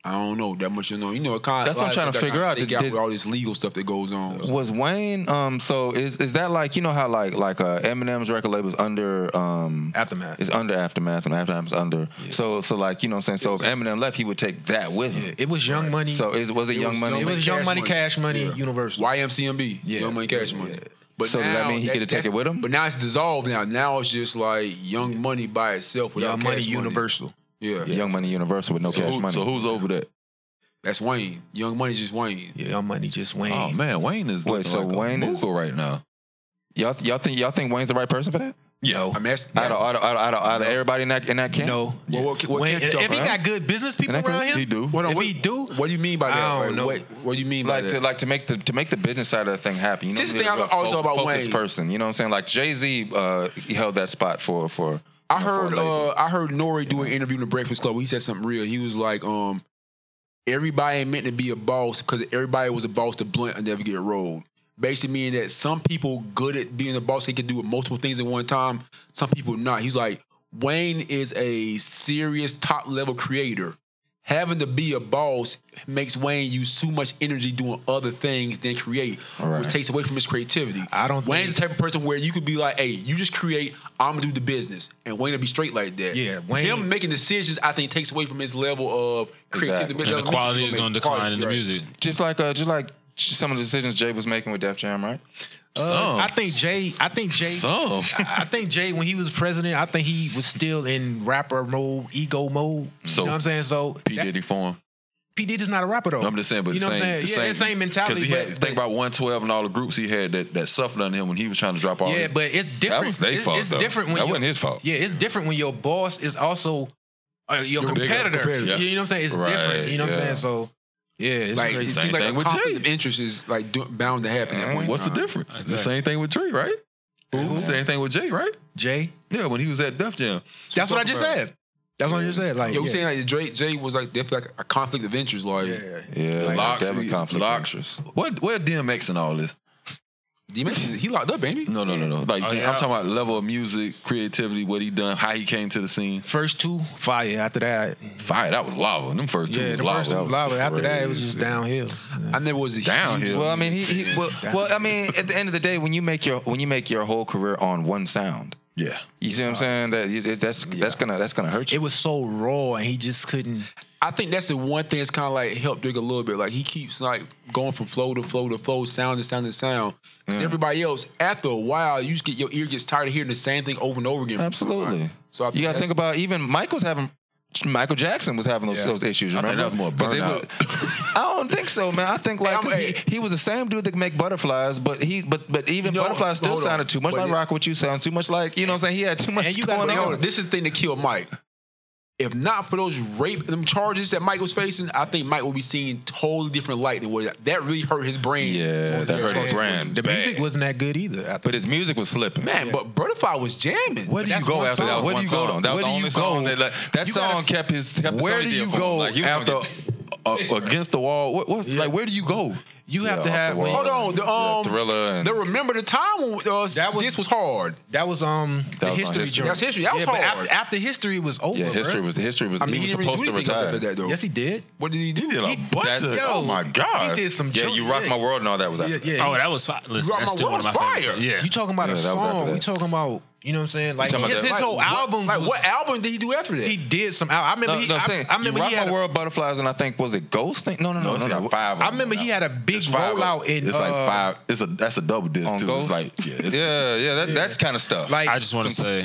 I don't know that much. You know, you know. Kind That's what I'm trying to figure out. They Did- got did- with all this legal stuff that goes on. Was Wayne? Um. So is is that like you know how like like uh, Eminem's record label is under um aftermath. It's under aftermath and aftermath's under. So so like you know what I'm saying. So if Eminem left, he would take that with him. It was Young Money. So is was it, Young Money? It was Young Money, Cash Money, Yeah. Universal. YMCMB. Young Money Cash Money. But So does that mean he that's- get to take it that's- with him? But now it's dissolved. Now now it's just like Young Money by itself without Young Money Cash Universal. Yeah. Young Money Universal with no So cash who- money. so who's over that? That's Wayne. Young Money just Wayne. Yeah, Young Money just Wayne. Oh, man, Wayne is Wait, so Wayne is right now. Y'all y'all think y'all think Wayne's the right person for that? Yeah. I mean, that's, out, of, out, of, out, of, out, of, out of everybody in that in that camp. No. Well, what, what Wayne- Kendrick if he talking got about? good business people And that around can- him. he do. Hold on, If what, he do, what do you mean by that? I don't Like, know. What, what do you mean by like that? to like to make the to make the business side of the thing happen. You know, This is you the need thing a I always fo- talk about focused Wayne. person. You know what I'm saying? Like Jay Z, uh, he held that spot for for. I heard uh, I heard Nori do an interview in the Breakfast Club. Where he said something real. He was like, um, "Everybody ain't meant to be a boss because everybody was a boss to blunt and never get rolled." Basically, meaning that some people good at being a boss. They can do multiple things at one time. Some people not. He's like, Wayne is a serious top level creator. Having to be a boss makes Wayne use too much energy doing other things than create, which takes away from his creativity. I don't. Wayne's the type of person where you could be like, "Hey, you just create. I'm gonna do the business," and Wayne will be straight like that. Yeah, Wayne- Him making decisions, I think, takes away from his level of creativity. Exactly. level And of the quality music is he'll make. gonna decline Quality, in the right. music. Just like uh, just like some of the decisions Jay was making with Def Jam, right? Uh, I think Jay. I think Jay. Some. I I think Jay, when he was president, I think he was still in rapper mode, ego mode. So, you know what I'm saying? So P Diddy for him. P Diddy's not a rapper though. I'm just saying, but you know the what same, I'm saying? the yeah, same, that same Because mentality. he had but- think about 112 and all the groups he had that, that suffered under him when he was trying to drop all. yeah, his- but it's different. That was their it's, fault. it's though. different when that your- wasn't his fault. Yeah, it's different when your boss is also uh, your, Your bigger competitor. competitor. You know what I'm saying? It's Right, different. You know what I'm yeah. saying? So yeah, it's Like crazy. it seems like a conflict of interest is like do- bound to happen at that point. in Mm-hmm. What's the time. difference? It's The same thing with Dre, right? It's The same thing with Jay, right? Jay. Yeah, when he was at Def Jam. That's what I just said. That's what I just said. Like Yo, you yeah. saying like Drake Jay was like definitely like a conflict of interest, like Yeah, Like, locks, definitely conflict locks. What where DMX in all this? DMX is- he locked up, ain't he? No, no, no, no. Like Oh, I'm yeah. talking about level of music, creativity, what he done, how he came to the scene. First two fire. After that, fire. That was lava. Them first two yeah, was the lava. first That two was lava. After that, it was just crazy. downhill. I never was a downhill. Well, I mean, he, he well, well, I mean, at the end of the day, when you make your when you make your whole career on one sound, yeah, you see what I'm saying? That you- that's that's gonna that's gonna hurt you. It was so raw, and he just couldn't. I think that's the one thing that's kind of like helped Drake a little bit. Like he keeps like going from flow to flow to flow, sound to sound to sound. Because everybody else, after a while, you just get your ear gets tired of hearing the same thing over and over again. Absolutely. So I you gotta that's- think about even Michael's having. Michael Jackson was having those, Yeah. those issues. I think Remember? that was more 'Cause they burnout. were- I don't think so, man. I think like 'cause he, he was the same dude that could make butterflies, but he but but even You know, butterflies still hold on. sounded too much But like it- rock what you sound too much like you know what I'm saying. He had too much going But on. hold This is the thing that killed Mike. If not for those rape them charges that Mike was facing, I think Mike would be seeing totally different light than what that really hurt his brain. Yeah, Oh, that hurt his brand. The music wasn't that good either. after- But his music was slipping. Man, but Butterfly was jamming. Where do you go after that? was Where do one you go? song? That Where was the do you only song go? that like, that You song gotta- kept his kept the where Sony do deal you for him. go Like, he was gonna after get- uh, against the wall? What, what's like? Where do you go? You have to have. when- Hold on, the um, Thriller and- the remember the time when uh, That was- this was hard. That was um the was on history, History. journey. That's history. That was yeah, but hard. After, after history was over, Yeah, history bruh. was the history was I mean, he was he didn't supposed do to anything else retire. after that though. Yes, he did. What did he do? He did a bunch of- oh my God. He did some. Yeah, junk. you rock my world and all that was Yeah, after yeah. that. he- Oh, that was fi- You listen, Rock that's still one of World's my favorite songs. Yeah. you talking about Yeah, a that was after song? that. We talking about You know what I'm saying? Like You talking his, about his that- whole like, what- album. like, what album did he do after that? He did some. al- I remember. no, he, no, I'm I- saying, I, remember you rock he had. my a- world butterflies, and I think was it Ghost thing? No, no, no, No, no, it's no, like five. I remember he had a big It's five of them. rollout in. It's like uh, five. It's a that's a double disc too. It's like yeah, it's, yeah, yeah, that, that's kind of stuff. Like I just want to say,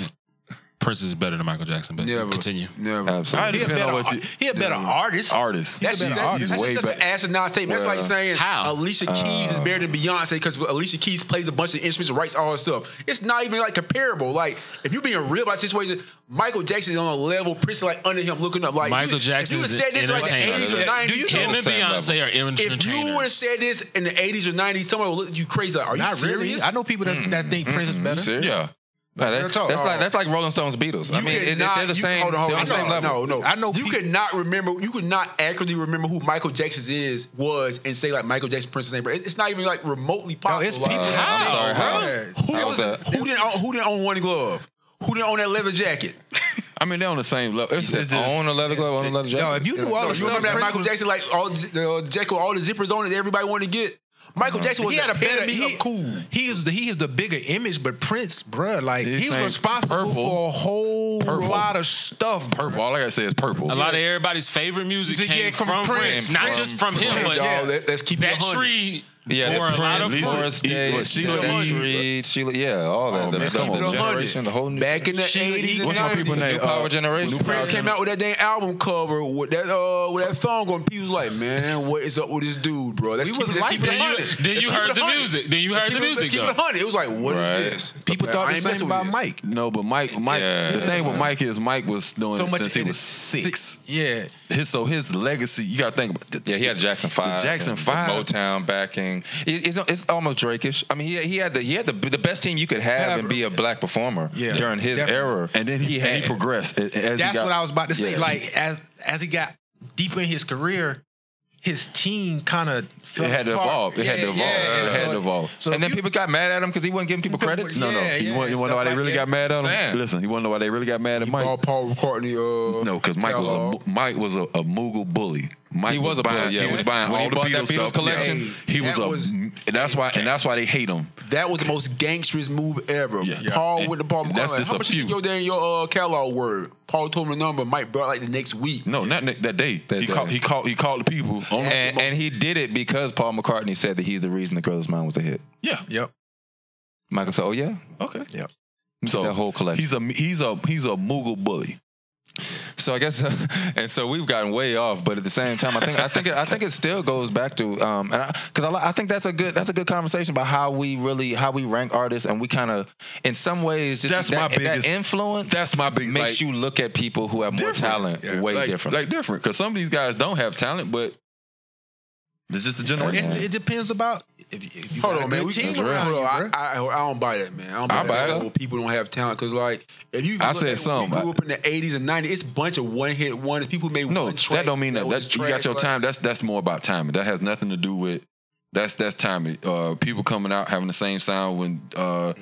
Prince is better than Michael Jackson. But continue. Never. He a better, ar- he a better artist. Artist. That's just, that's just such an asinine statement. That's like saying Alicia Keys is better than Beyonce because Alicia Keys plays a bunch of instruments and writes all her stuff. It's not even like comparable. Like if you're being real about situation, Michael Jackson is on a level Prince is, like under him looking up. Like Michael if Jackson you is would've said this an like the entertainer. 80s or Yeah. 90s, Do you Him know- and Beyonce are If you would have entertainers. said this in the 80s or 90s, someone would look at you crazy. Like, are you Not really. serious? Mm-hmm. I know people that- that think Mm-hmm. Prince is better. Yeah. No, that- Real talk. that's All like right. that's like Rolling Stones, Beatles. I You mean, it, it, cannot- they're the you- same. Hold on, hold they're on. on the same no, level. No, no. I know you could not remember. You could not accurately remember who Michael Jackson is was and say like Michael Jackson, Prince, and It's not even like remotely possible. it's like, people that- I'm how, sorry, bro? how? Who How was didn't- Who didn't own, who didn't own one glove? Who didn't own that leather jacket? I mean, they're on the same level. It's, said it's just- on a leather glove, on a leather jacket. No, No, you remember that Michael Jackson like all the uh, jacket with all the zippers on it that everybody wanted to get. Michael Jackson was Mm-hmm. Uh-huh. he had a better epitome he, of cool. He is the he is the bigger image, but Prince, bruh, like His he was name responsible Purple. for a whole Purple. lot of stuff. Purple. All I gotta say is purple. A lot of everybody's favorite music Yeah, came from from, Prince. Prince, not From- just from him, Prince, but dawg, let- let's keep it that 100. tree. Yeah, bore a lot of fruit. Forest Lisa- Day, Sheila Sheila E. Reed, Sheila, yeah, all that. Oh, the, man, the, come on, the 100. generation, the whole new. Back in the eighties and What's my people name? Uh, nineties, New Power Generation. Prince came out with that damn album cover with that uh with that song on. People was like, man, what is up with this dude, bro? Let's We keep, was let's like keep it that. a hundred. Then Let's you keep it heard a the hundred. music. Then you Let's heard keep the it- let's music, Keep it a though. hundred. It was like, what is Right. this? People Like, thought I the ain't same messing with about this. Mike. No, but Mike, Mike. The thing with Mike is Mike was doing So it much since he was six. Yeah. His so his legacy. You gotta think about. Yeah, he had Jackson Five, Jackson and the Five. Motown backing. It- it's, it's almost Drakeish. I mean, he, he had the he had the, the best team you could have, and be a black performer Yeah, during his definitely. era. And then he, had and he progressed. a- As That's he got, what I was about to say. Yeah. Like as as he got deeper in his career, his team kind of it had to evolve. It had to evolve. It had to evolve. So and then people got mad at him because he wasn't giving people credits. No, no. Yeah, you yeah, want, you want to know why stuff they really like got mad at him? Sam. Listen, you want to know why they really got mad at Mike? Oh, Paul McCartney. Uh, No, because Mike was catalog. a Mike was a, a Moogle bully. Mike He was a bully, buying, yeah. he was buying When he all the bought Beatles, that Beatles stuff. collection, yeah. he that was a. was- and that's why, and that's why they hate him. That was the most gangsterest move ever. Yeah. Paul And with the Paul McCartney. that's Like, just How a much few. you your damn your uh, catalog word? Paul told me the number. Mike brought like the next week. No, not ne- that day. he day. called. He called. He called the people. On the And, and he did it because Paul McCartney said that he's the reason the Girls' Mind was a hit. yeah. Yep. Michael said, "Oh yeah, Okay. Yep. So that whole collection." he's a he's a he's a Moogle bully. So I guess, and so we've gotten way off, but at the same time, I think I think I think it still goes back to um, and because I, li- I think that's a good that's a good conversation about how we really how we rank artists, and we kind of in some ways just That's that, my biggest- that influence. That's my big. makes like, you look at people who have more talent Yeah. way like, different. Like different, because some of these guys don't have talent, but it's just the It's, generation. it depends about if, you- if you Hold got on, a man. good We, team hold around on. you, I, bruh. I, I don't buy that, man. I don't I buy, buy that. that. Well, people don't have talent because, like, if you I look said at some. we grew up in the '80s and '90s. It's a bunch of one hit wonders. People made No, one track that don't mean that. was that you got trash, your like- time. That's that's more about timing. That has nothing to do with that's that's timing. Uh, people coming out having the same sound when uh,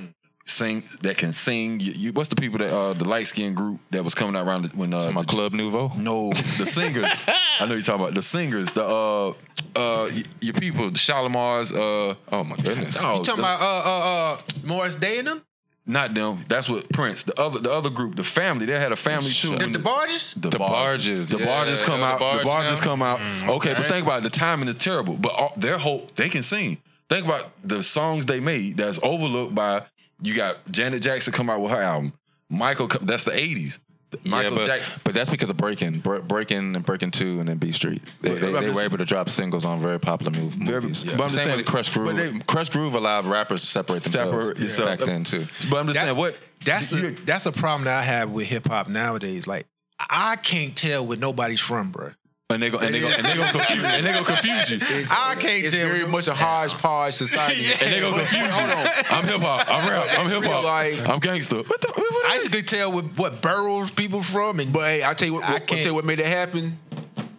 sing that can sing. You, you- what's the people that uh, the light skinned group that was coming out around the, when uh, my the- Club Nouveau. no the singers. I know you're talking about the singers. The uh, uh, y- your people, Shalimar's. Uh, Oh my goodness! oh, you the- talking about uh uh uh Morris Day and them? Not them. That's what Prince. The other the other group, the family. They had a family too. The, the barges? The, The Barges, The yeah, barges come the out. Barge the barges now. come out. Mm, okay. but okay. think about it. The timing is terrible. But all, their whole they can sing. Think about the songs they made that's overlooked by you got Janet Jackson come out with her album. Michael co- that's the 80s. Michael yeah, but, Jackson. but that's because of Breaking, Bre- Breaking, and Breaking Two, and then B Street. They, But they, I'm they just- were able to drop singles on very popular move, movies. yeah. But I'm just Same saying- with Crush Groove. but they- Crush Groove allowed rappers to separate themselves Separate yourself. back then too. But I'm just That- saying what That's you- a, that's a problem that I have with hip hop nowadays. Like I can't tell where nobody's from, bruh. and they go and they go and they gonna confuse and they gonna confuse you. I can't It's tell. very where- much a hodgepodge society. And they gonna confuse you. I'm hip hop. I'm rap. I'm hip Like- hop. I'm gangster. What the what, I just could tell with what boroughs people from, and But hey, I tell you what. I I tell you can't- what made that happen.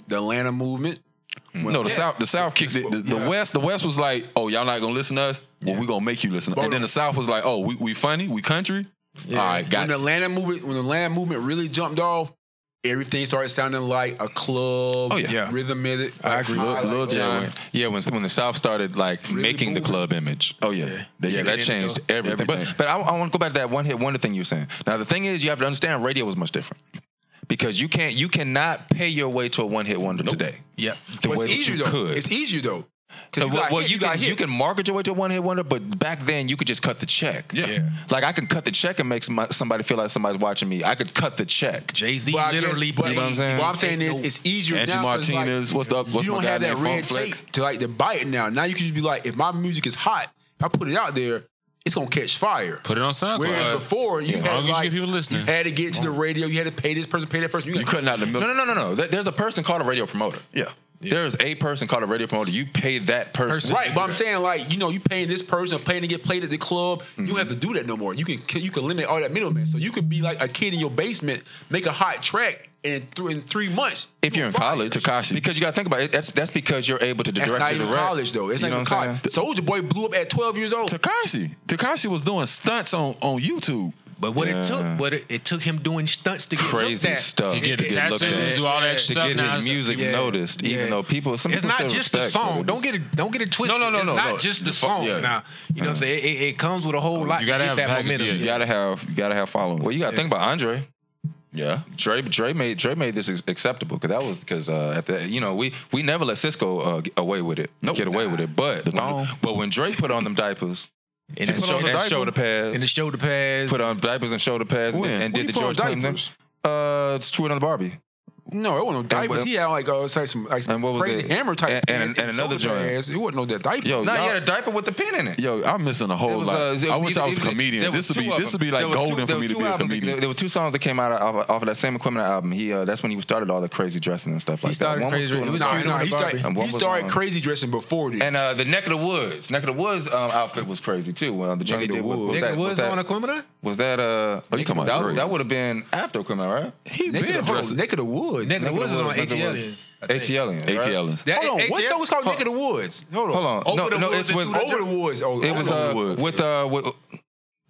The Atlanta movement. No, the South, the South kicked it. The, the Mm. Yeah. West, the West was like, "Oh, y'all not gonna listen to us? Well, we gonna make you listen." Bro, and then the South was like, "Oh, we, we funny, we country." All right, When got the you. Atlanta movement, when the Atlanta movement really jumped off, everything started sounding like a club. Oh, yeah. Yeah. rhythm in it. I agree. Like, Lil- Lil like, Jon. like, Right. Yeah, when when the South started like making the club image. Oh yeah, yeah, that changed everything. But but I, I want to go back to that one hit wonder thing you were saying. Now the thing is, you have to understand radio was much different because you can't you cannot pay your way to a one hit wonder today. Yeah, the But way it's that easier you though. could. It's easier though. 'Cause Uh, you well, got well, hit, you, you got can you hit. can market your way to a one hit wonder, but back then you could just cut the check. Yeah. Yeah. like I could cut the check and make some, somebody feel like somebody's watching me. I could cut the check. Jay Z But I guess- but you know what I'm saying? What I'm saying is, it's easier Angie now. 'cause, like, Martinez, what's the- what's you my don't guy have that named red Funk tape Flex? to like to bite it now. Now you can just be like, if my music is hot, if I put it out there, it's gonna catch fire. Put it on SoundCloud. Whereas before, you Yeah. had As long as you like, get people listening. you had to get to the radio, you had to pay this person, pay that person. You, couldn't out the middle. No, no, no, no, no. There- There's a person called a radio promoter. Yeah. There's a person called a radio promoter. You pay that person. Right, but I'm saying like you know you paying this person, paying to get played at the club. Mm-hmm. You don't have to do that no more. You can you can eliminate all that middleman. So you could be like a kid in your basement, make a hot track, and in, th- in three months, If you're in college, Takashi, because you got to think about it. That's that's because you're able to that's direct. not and even direct. college though. It's You not know even what I'm college. Soldier Boy blew up at 12 years old. Takashi, Takashi was doing stunts on on YouTube. But what Yeah. it took, what it, it took him doing stunts to get looked Crazy at. stuff. You get the tattoos, do all that Yeah. stuff, now it's- yeah. Yeah. It's it's not just the song. Don't get it. Don't get it twisted. no, it's no, Not no. just the The fu- song. yeah. Now you know what I'm saying. It, it, it comes with a whole lot. to get that momentum. You gotta have you gotta have followers. Well, you gotta think about Andre. Yeah, Dre, Dre made Dre made this ex- acceptable because that was because uh, at the you know we we never let Cisco uh, get away with it, get away with it. But when, but when Dre put on them diapers and, put sho- on the and diaper. shoulder pads And the shoulder pads. put on diapers and shoulder pads and, When? and When did you the put on George Clinton diapers? thing. Uh, it's Tweet on the Barbie. No, it wasn't no And diapers. what- He had like uh, it's like some like some was crazy that? hammer type And- and- pants and another shoulder joint. pads. It wasn't no that diaper. Yo, Nah, he y'all- had a diaper with the pin in it. Yo, I'm missing a There whole was, lot. uh, I wish I was a there- there comedian. was This would two be of this would them. be There like was two- golden there for was me to two be a albums. comedian. There, there were two songs that came out of, off, off of that same equipment album. He uh, that's when he started all the crazy dressing and stuff like that. One was Screwing Nah, Up nah, Barbie, he started, and one he was started on- uh, crazy dressing before this. And uh, the neck of the woods, neck of the woods um, outfit was crazy too. Well, the joint he Neck of did the was, was Woods. that, Neck of the was Woods that, on Aquemina? Was that uh? you talking about that, Dre's. that would have been after Aquemina, right? He Neck of the- hold on, Neck of the Woods. Neck of the Woods is on ATLian. ATLian. ATLians. Hold on, what ATL song was called Neck of the Woods? Hold on, Hold on. Over no, the no, woods it's and with, through the- over the woods. Oh, it was over uh, the woods. with uh. With,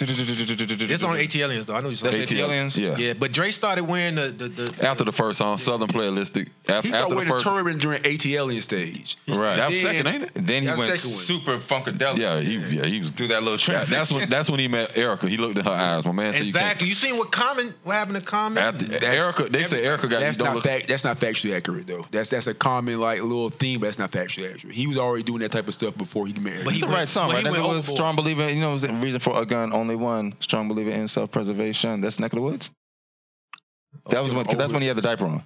It's on ATLians though. I know you saw That's it. ATLians? Yeah. yeah. But Dre started wearing the the, the After the first song, Southern Playalistic. After, He started after the wearing the first, turban during ATLian stage. right? That was Then- second, ain't it? Then he That went second one. super funkadelic. Yeah, he yeah he was through that little Yeah, transition. that's when that's when he met Erica. He looked in her eyes. My man said, exactly. You seen what Common? What happened to Common? After- Erica- they said Erica got- That's don't not look- fact. That's not factually accurate though. That's that's a common like little theme, but that's not factually accurate. He was already doing that type of stuff before he married. But he's the right song, right? That's what strong believer. You know, was it reason for a gun only one. Strong believer in self preservation. That's neck of the woods. That was when. 'cause That's when he had the diaper on.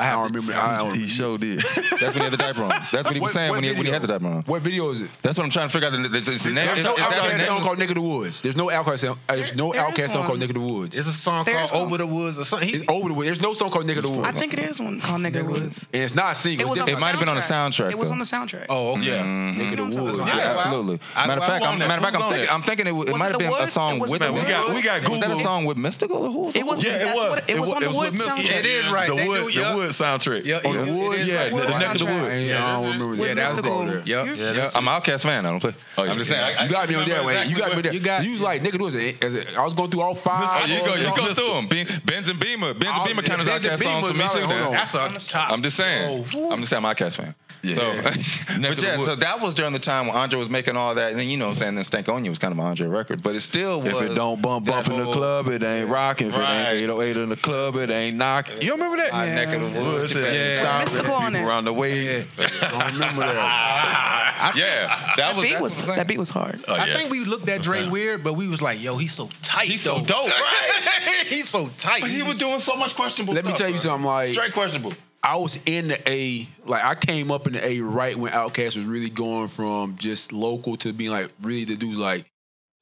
I don't remember. I don't he showed it. That's when he had the diaper on. That's what he was What- saying what when he, when he video? had the diaper on. What video is it? That's what I'm trying to figure out. The, the, the, the name. There's is- no is that the outcast name song of- called Nick of the Woods. There's no outcast song. uh, There's no there is outcast song called one. Nick of the Woods. It's a song There's called one. "Over the Woods" or something. He- It's over the Woods. There's no song called Nick of the Woods. I think it is one called Nick of the Woods. And it's not a single. It was It's on the just- Might have been on the soundtrack. It was though. on the soundtrack. Mm-hmm. Oh, okay. Yeah, Nick of the Woods. Yeah, absolutely. I- Matter of I- fact, who's I'm, on that? matter of fact, Who's I'm on thinking, that? I'm thinking it, w- it Was it might have the been a Woods? song It with was the the Woods. Woods? We got Was that a Googled. song with Mystical or who was It was- Yeah, it that's was. what- it was on the wa- Woods Mystical. soundtrack. It is right. The They Woods, do, the yeah. Woods soundtrack. Yeah, Oh, the yeah, it Woods. is Yeah, like Woods the neck of the soundtrack. Woods. Yeah, I don't remember Yeah, that. that was Mystical. over there. Yep. Yeah, that's I'm Outcast fan. I don't play. Oh, yeah. I'm just saying, I- I you got me on remember that way. You got me exactly there. what- You, was like Nick of the Woods. As a- I was going through all five. Oh, you go, you go songs. through them. Ben, Benz and Beamer. Benz and Oh, Beamer yeah, counters Benz and outcast songs for me Beamer's too. valid. Hold Now. on. That's a top. I'm just saying. Oh, I'm just saying. I'm an outcast fan. So, but the yeah, wood. so that was during the time when Andre was making all that, and then you know, what I'm saying then Stank on You was kind of an Andre record, but it still was. If it don't bump bump that in the whole- club, it ain't rocking. If Right. it ain't 808 in the club, it ain't knocking. You remember that? My yeah. neck of the woods. It ain't Yeah. stopping. Mystical People on it. around the way. don't remember that. yeah, that was beat that's was- what I'm saying. that beat was hard. Oh, I yeah. think we looked at Dre weird, but we was like, "Yo, he's so tight. He's so dope, right? he's so tight. But he was doing so much questionable. Let me stuff, tell you bro. something. Like straight questionable. I was in the A, like I came up in the A right when Outkast was really going from just local to being like really the dudes like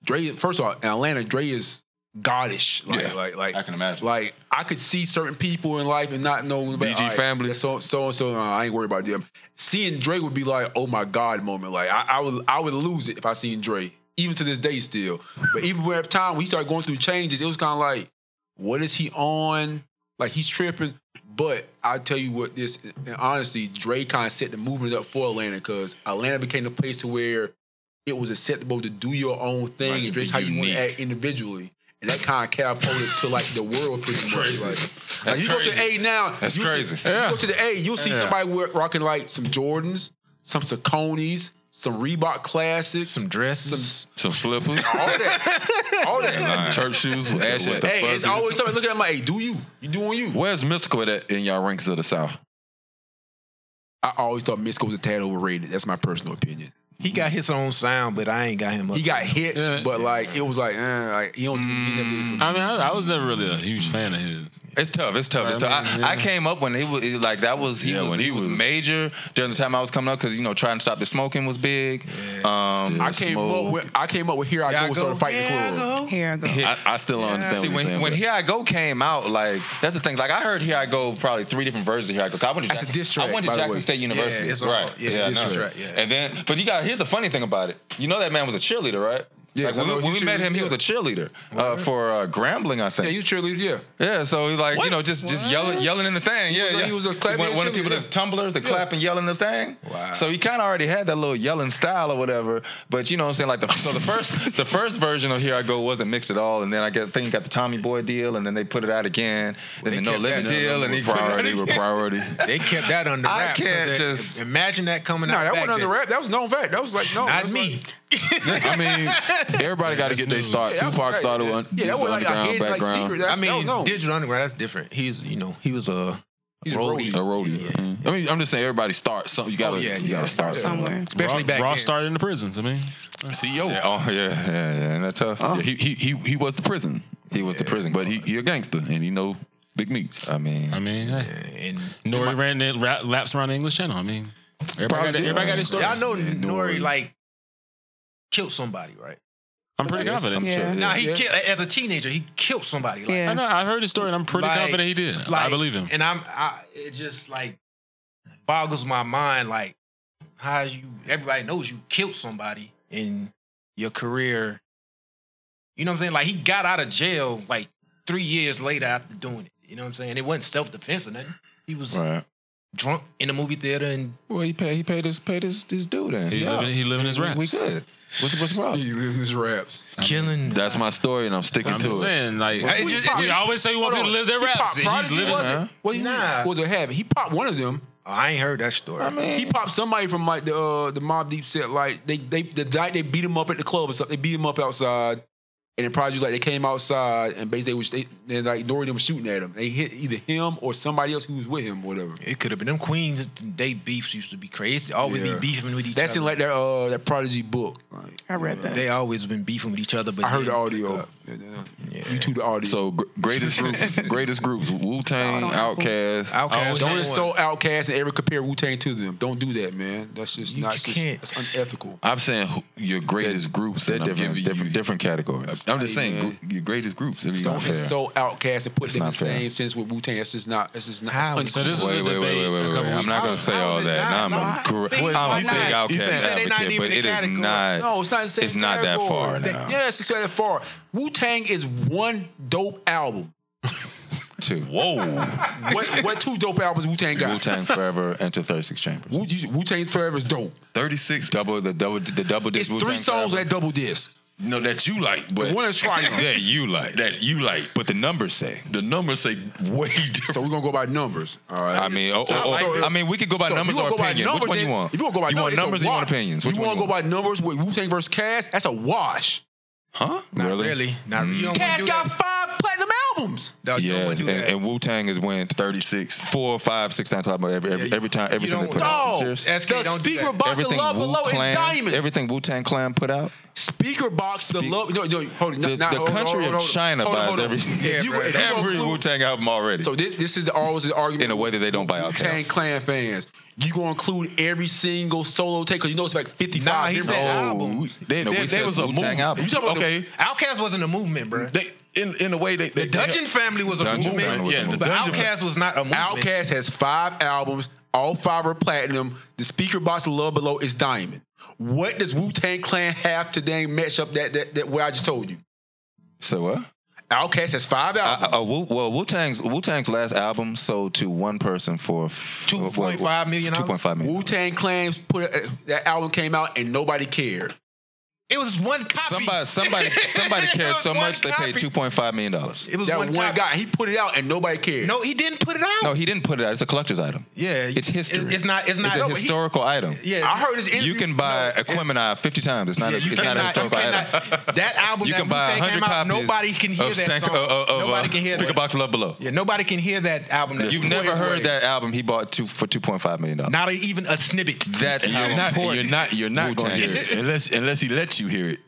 Dre. First of all, in Atlanta, Dre is goddish. Like, Yeah, like, like I can imagine. Like I could see certain people in life and not know about DG family. So so and so. uh, I ain't worried about them. Seeing Dre would be like, oh my god, moment. Like I, I would I would lose it if I seen Dre. Even to this day, still. But even when at time when he started going through changes, it was kind of like what is he on? Like he's tripping. But I tell you what, this in honesty, Dre kind of set the movement up for Atlanta because Atlanta became the place to where it was acceptable to do your own thing Right, to and just be how you want unique. to act individually. and that kind of catapulted to like the world pretty much. Like, That's like, you go to crazy. the A now. That's you crazy. See, You go to the A, you'll see Yeah. somebody wear, rocking like some Jordans, some Sauconys, some Reebok classics, some dresses, some slippers, all that, all that. Church shoes with ash at the Hey, fuzzies. it's always somebody looking at my. Hey, do you? You doing you? Where's Mystical at in y'all ranks of the South? I always thought Mystical was a tad overrated. That's my personal opinion. He got his own sound, but I ain't got him. Up He got hits, Yeah. but like it was like, eh, like he don't. He never did it for me. I mean, I, I was never really a huge fan of his. It's tough. It's tough. It's Right, tough. I, man, yeah. I came up when it was it, like that was he Yeah, was when he, he was, was- major during the time I was coming up because you know trying to stop the smoking was big. um, I came up with I came up with here I go and started fighting the club. Here I go. I, I still don't understand. See, what you're when, saying, when but- Here I Go came out, like that's the thing. Like I heard Here I Go probably three different versions of Here I Go. 'Cause I went to That's a Jack- diss track, I went by to the Jackson way. State University, Yeah, it's a- right? it's a I diss know. track, yeah. And then, but you got here's the funny thing about it. You know that man was a cheerleader, right? Yeah, Like, 'cause I when, know we- when he we met him, he cheerleader, was a cheerleader Yeah. uh, for uh, Grambling, I think. Yeah, you cheerleader, yeah. Yeah, so he's like, you know, just just yelling, yelling in the thing. He Yeah, was a- yeah. he was a clapping one, one of the people, cheerleader, the tumblers, the Yeah. clapping, yelling the thing. Wow. So he kind of already had that little yelling style or whatever. But you know what I'm saying? Like the so the first the first version of Here I Go wasn't mixed at all, and then I get I think he got the Tommy Boy deal, and then they put it out again, then the No Limit deal, and he put it out priority with again. priority. They kept that under I wraps. 'cause can't that- just- imagine that coming No, out. that back wasn't under then. rap. That was known fact. That was like no, Not that was me. I mean, everybody got to That's get their news. start. Yeah, that was Tupac right. started with Yeah, un- that digital wasn't like a underground hidden, like, secret. background. I mean, digital underground. That's different. He's you know he was a roadie. Mm-hmm. A roadie. Mhm. I mean, I'm just saying everybody starts something. You gotta, Oh, yeah, you yeah. gotta start somewhere. Especially Raw- back raw then. start- Started in the prisons. I mean, CEO. Yeah, oh yeah, yeah, yeah. And that's tough. Yeah, he, he he he was the prison. He was the prison, but he he a gangster and he know big meats. I mean, I mean, and Nori ran the rap, laps around the English Channel. I mean, everybody got, Probably did. everybody got his story. Y'all know Nori like killed somebody, right? I'm pretty confident. Nah, he killed as a teenager. He killed somebody. Like, I know. I heard his story, and I'm pretty Like- confident he did. I like- believe him. And I'm, I, it just like boggles my mind. Like, how you? Everybody knows you killed somebody in your career. You know what I'm saying? Like, he got out of jail like three years later after doing it. You know what I'm saying? It wasn't self defense or nothing. He was Right. drunk in the movie theater and Well, he paid he paid his paid his, his due then. He living- he living his We- We raps. good. What's what's wrong? He living his raps. Killing. That's my story, and I'm sticking I'm to just it. saying, like, Hey, it we, just- it just- always say we want Hold people to live on. their He raps, popped and he's Prodigy, living. wasn't he? Well, he Nah. was a habit. He popped one of them. I ain't heard that story. I mean- he popped somebody from like the uh, the Mob Deep set. Like they they the night they beat him up at the club or something. They beat him up outside, and then Prodigy was like they came outside and basically they was they and like Nori them was shooting at him. They hit either him or somebody else who was with him, whatever. It could have been them Queens. They beefs used to be crazy. They always Yeah. be beefing with each That's in other. like that uh that Prodigy book. Like, uh, I read that. They always been beefing with each other. But I heard then- the audio. You two the audio. So gr- greatest groups, greatest groups, Wu Tang, Outkast, Oh, Don't insult Outcast and ever compare Wu Tang to them. Don't do that, man. That's just not. Just, that's unethical. I'm saying who- your greatest groups. They're and I'm different, giving different, different categories. you- I'm just saying gr- your greatest groups. I mean, Don't insult Outcast and put them in the not fair. same sense with Wu Tang. That's just not. That's just not. How? That's So this was a Wait, wait, debate wait, wait, a couple wait. I'm weeks not gonna ago. say all that. Nah, I'm a gr- See, I'm a it's big not- Outkast you said- said they not advocate, even but in the it is category. not- No, it's not. The same it's not that far category. now. Yes, it's not that far. Wu Tang is one dope album. Two. Whoa. what, what two dope albums Wu Tang got? Wu Tang Forever Enter 36 Chambers. Wu Tang Forever is dope. 36 double the double the double disc. Three songs that double disc. No, that you like, but The one is Triumph. that you like, that you like, but the numbers say the numbers say way different. So we're gonna go by numbers. All right. I mean, oh, oh, oh, I mean, we could go by So, numbers you or wanna go by opinions. Which numbers, one you then- want? If you want to go by You want numbers, it's a numbers or you want wash. opinions? Which you one want you to go by numbers with Wu Tang versus Cass? That's a wash. Huh? Not really. Not Mm. you don't Cass do got five platinum albums. Yeah, and, do that. and Wu Tang has went 36, four, five, six times top of every every, every time everything they put out. You Dog, serious? the speaker box, the everything love below is Wu-Clan- diamond. Everything Wu Tang Clan put out. Speaker box, the love. No, no, hold on. The, nah, the hold on, country hold on, of hold on. China Hold on, buys hold on. every If you- if you every include Wu Tang album already. So this, this is the always the argument in a way that they don't buy out. Wu-Tang Clan fans. You gonna include every single solo take because you know it's like fifty five. Nah, he said album. They, they, they was a movement. You talking about okay, the- Outkast wasn't a movement, bro. They in in a way they, they the Dungeon they- Family was a Dungeon movement. Family was a yeah, movement. but Dungeon Outkast was not a movement. Outcast has five albums, all five are platinum. The speaker box of Love Below is diamond. What does Wu Tang Clan have to dang match up that that, that what I just told you? So what? Outcast has five albums. Uh, uh, Wu, well, Wu Tang's Wu Tang's last album sold to one person for two point five million. Two point five million. Wu Tang Clan put a, that album came out and nobody cared. It was one copy. Somebody, somebody, somebody cared so much they paid two point five million dollars. It was That one one copy. guy. He put it out and nobody cared. No, he didn't put it out. No, he didn't put it out. It's a collector's item. Yeah, it's history. it's not- it's not- a no, he- historical item. Yeah. I heard his You interview- can buy a Equimini fifty times. It's not. a, Yeah, you it's not a cannot- historical you item. That album You that can buy Wu-Tang hundred came out, copies. nobody can hear of that Stank- song. of- of- of, nobody uh, can hear Speaker that. box love below. Yeah, nobody can hear that album. That's You've never Square's heard way. that album he bought two, for two point five million dollars. Not even a snippet. That's how not- important. you're not- you're not gonna hear it unless unless he lets you hear it.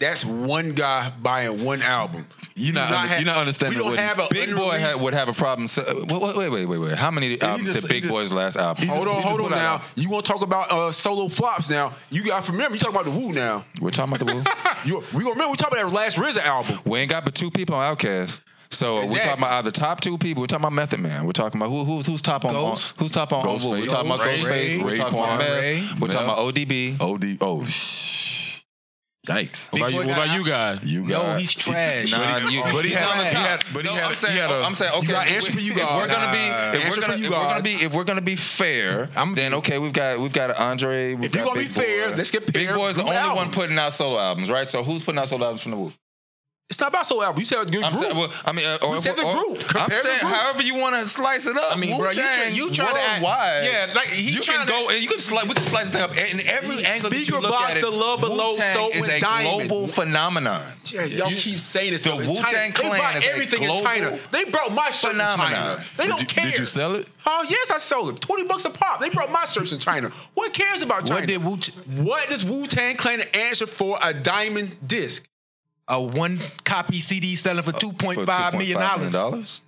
That's one guy buying one album. You're not, not under- have- you're not understanding we don't what have he's- a Big Boy unreleased- ha- would have a problem. So, wait, wait, wait, wait, wait, wait. How many albums just- did Big Boy's last album? hold on, hold on now. You want to talk about uh, solo flops now? You got to remember, you talking about the Woo now. We're talking about the Woo. you, we gonna remember we talking about that last RZA album. We ain't got but two people on Outkast. So we're talking about either top two people. We're talking about Method Man. We're talking about who, who's who's top on, on Ghost. who's top on on Wu. Ghostface. We're oh, talking about Ray. Ghostface. We're Ray talking about Quan. Ray. Meth. We're talking Meth. about ODB. OD. Oh, shh. Yikes. What about you- what about you guys? You guys. Nah, But he, you- but he he's had, not he top. had, but he No, had, I'm saying, he had a, I'm saying, okay, if- if We're gonna be, if we're gonna, if we're gonna be, if we're gonna be fair, then okay, we've got, we've got Andre. We've If you're got gonna Big be fair, Boy. let's compare Big Boy's the group only one albums. putting out solo albums, right? So who's putting out solo albums from the Woo? It's not about solo album. You said a good I'm group. saying, well, I mean, uh, or, You said the or- group. I'm Compare the saying, group. however you want to slice it up. I mean, bro, you try- Wu-Tang, you try to act- worldwide. Yeah, like, he you tryna- can go and you can slice. We can slice it up in every angle. that you Speaker look box, at it, the love below, Wu-Tang so is with a diamond. global phenomenon. Yeah, y'all keep saying this. The stuff. In China, Wu-Tang Clan They bought is a everything in global China. They brought my shirt in phenomenon. China. They Did don't you- care. did you sell it? Oh yes, I sold it. Twenty bucks a pop. They brought my shirts in China. What cares about China? What did Wu? What does Wu Tang Clan answer for a diamond disc? A one copy CD selling for two point five million dollars. dollars.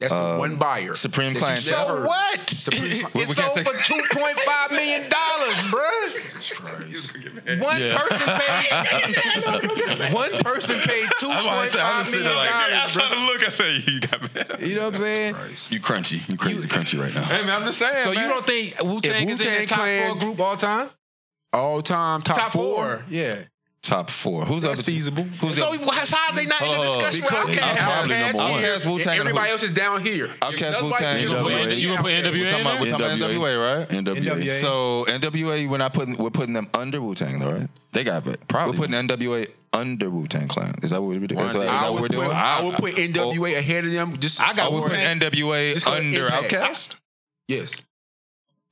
That's the one buyer. Supreme that you Clientele. never So heard. what? Supreme Clientele. We can't take- two point five million dollars, bruh. One Yeah. person paid. one person paid two I'm about point to say, I'm five just sitting million there like, I dollars. tried to look. I said, you got mad. You know what I'm saying? You crunchy. You crazy crunchy right now. Hey man, I'm just saying. So you man. don't think Wu If Tang is in the Wu-Tang top Clan- four group all time? All time top, four. Yeah. Top four. Who's That's other two? feasible. Who's So the- why- how are they not in the Hold on, discussion Because with Outkast- Outkast? probably Outkast number one. here, Outkast, Wu-Tang, and and Everybody who? else is down here. Outcast Nobody Wu Tang. here. You gonna put Yeah. We're talking about, we're talking about NWA, right? NWA. So NWA, we're not putting we're putting them under Wu Tang, though, right? They got but probably we're putting NWA under Wu Tang Clan. Is that what we're doing? Is that, is I that what we're would, doing? Oh. put, I would put NWA ahead of them. Just I got put NWA Just 'cause under Impact. Outcast. Yes,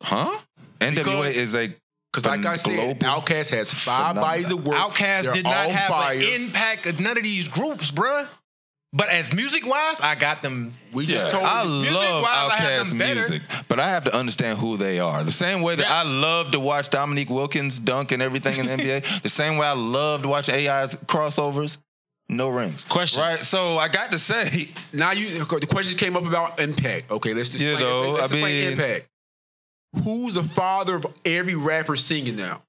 Huh? NWA Because- is a because like I said, global Outkast has five phenomenon. bodies of work. Outkast They're did not all have fire. an impact of none of these groups, bruh. But as music wise, I got them. We Yeah, I love Outkast music, but I have to understand who they are. The same way that I love to watch Dominique Wilkins dunk and everything in the NBA. The same way I love to watch AI's crossovers. No rings. Question. Right. So I got to say. Now you the question came up about impact. Okay, let's just You play, know, let's, let's I explain mean- impact. Who's the father of every rapper singing now?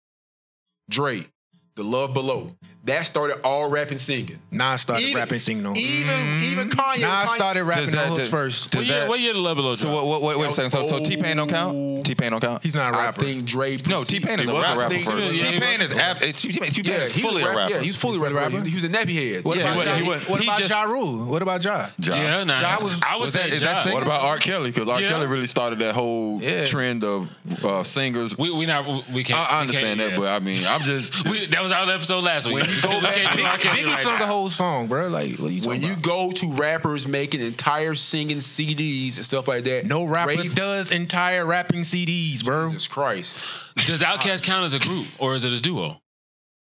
Drake, The Love Below. That started all rapping singing. Nas started Even- rapping singing on. Even even Kanye. Nas Kanye- started rapping on hooks first. does that- did Love Below? so what, what, wait, wait a second. So, so T Pain don't count. T Pain don't count. He's not I think Dre. No, T Pain is a rapper. rapper first. T Pain is ab- it's- T-Pain is fully a rapper. Yeah, he's fully a rapper. He was a nappy head. What about Ja- What He about just- Ja Rule? What about Ja? Ja. nah. Ja was- I would was say that- is Ja. that singing? What about R. Kelly? Because R. Yeah. Kelly really started that whole Yeah. trend of uh, singers. We, we not we can't. I, I we can't, understand that, yeah. but I mean, I'm just We, that was our episode last week. you go We can't do R. Kelly right now. whole song, bro. Like, what are you when you go to rappers making entire singing CDs and stuff like that, No rapper Drake- does entire rapping CDs, bro. Jesus Christ. Does Outkast count as a group or is it a duo?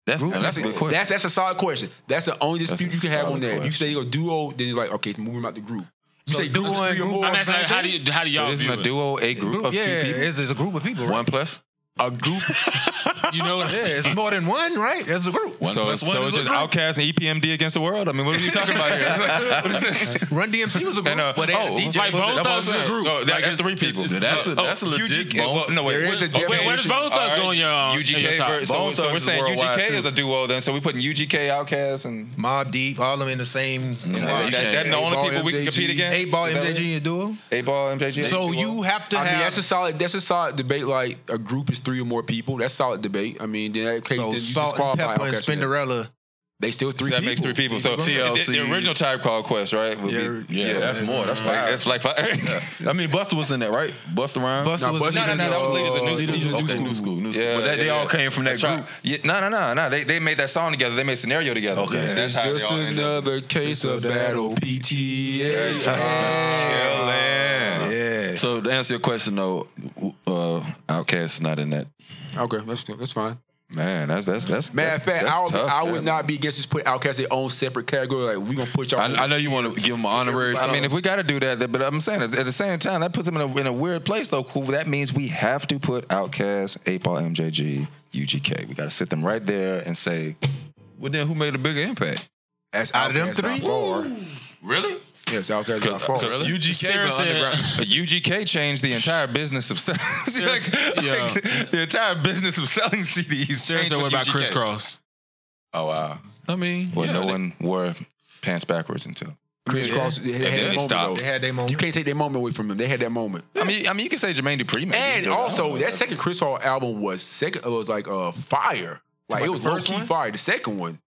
That's Group- that's a good question. That's that's a solid question. That's the only dispute That's a you can have on solid that. If you question. say you're a duo, then it's like okay, move them out the group. You So say duo duo and three or group more. I'm asking like, how do you how do y'all Isn't view a it? duo a group of yeah, two people? it's, it's a group of people. Right? One plus. A group. you know what? Yeah, it's more than one, right? It's a group. so so it's just Outkast and E EPMD against the world. I mean, what are you talking about here? What is this? Run DMC was a group. And, uh, but they had a oh, DJ. like Bone Thugs is oh, a group. No, that- that's three people. That's a- that's a legit Bone- No, wait, There where- is a okay, definition. Where does Bone Thugs go in your, uh, in UGK? your top? ver- So, Bone so Thugs we're is saying worldwide, UGK too. is a duo. Then so we're putting UGK, Outkast, and Mob Deep, all of them in the same. Yeah, that- that- that's the only people we can compete against? Eight Ball, Is that MJG, a duo. A Ball, MJG. So you have to I mean, have. that's a solid. That's a solid debate. Like a group is three or more people. That's solid debate. I mean, then that case, so then you Salt and disqualify. Pepper and Outkast from that. Spinderella They still three. So that makes three people. So TLC. The, the original Tribe Called Quest, right? would be- Yeah, yeah, that's more. That's like, five. That's like five. I mean, Buster was in that, right? Buster Rhymes. Busta Nah, was in Busta- that. no, no, no, that was Leaders of the New Leaders of the Okay, School. Okay. new school. New school. but that, they yeah, all yeah. came from that That's right. group. Yeah, no, no, no, no. They they made that song together. They made scenario together. Okay, that's It's how just they all ended up. another case of battle PTA. Ah. Yeah. So to answer your question though, uh, Outcast is not in that. Okay, that's that's fine. Man, that's that's that's Matter of that's- fact, that's I would, tough, I man. would not be against just put Outkast their own separate category. Like we gonna put y'all. I, I know you want to give them an honorary. I mean, song. if we got to do that, but I'm saying at the same time that puts them in a, in a weird place though. Cool. That means we have to put Outkast, 8 Ball, MJG, UGK. We got to sit them right there and say, well, then who made a bigger impact? As Out of them three? Really? Yes, Outkast by far. Because Sarah UGK, said- said, UGK changed the entire business of selling. Sarah's- like, the entire business of selling CDs. Sarah changed said, with what about UGK. Criss Cross? Oh wow! I mean, Well, yeah, no they- one wore pants backwards until Crisscross. They Yeah. had And that then they moment. stopped. though. You can't take that moment away from them. They had that moment. I mean, I mean, you can say Jermaine Dupri, man. And also, that second Chris Hall album was second. It was like uh, fire. Like it was low key fire. The second one.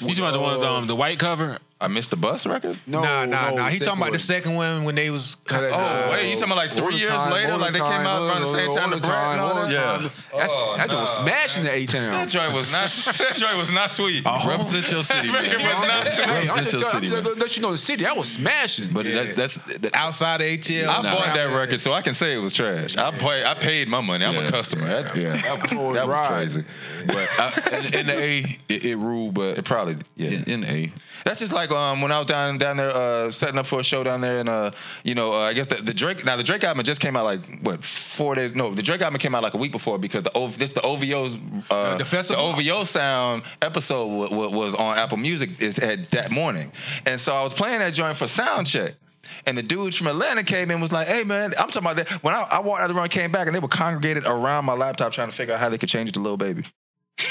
You talking about the one with um, the white cover? I missed the bus record. No, nah, nah, no, nah. He second talking about the one. second one when they was. Cut it Oh, down. wait, you talking about like All three the years time, later? all the Like, they came time, out around the all same time all the Brat and all time, that? all the time. That's, that joint was smashing the A town. That joint was not. that joint was not sweet. Represent your city, That record man. was not sweet. Hey, I'm Represent just your trying city, man. to let you know the city. That was smashing. But that, that's that, outside of ATL. I bought that record, so I can say it was trash. I pay, I paid my money. I'm a customer. That, Yeah. that, that was crazy. But I, in, in the A, it, it ruled, but it probably yeah. In, in A, That's just like um, when I was down down there uh, setting up for a show down there, and uh, you know, uh, I guess the, the Drake. Now the Drake album just came out like what four days? No, the Drake album came out like a week before because the o, this the OVO's uh, the, festival? OVO sound episode wa- wa- was on Apple Music is at that morning, and so I was playing that joint for sound check. And the dudes from Atlanta came in and was like, "Hey man, I'm talking about that." When I, I walked out of the room, came back, and they were congregated around my laptop trying to figure out how they could change it to Lil Baby.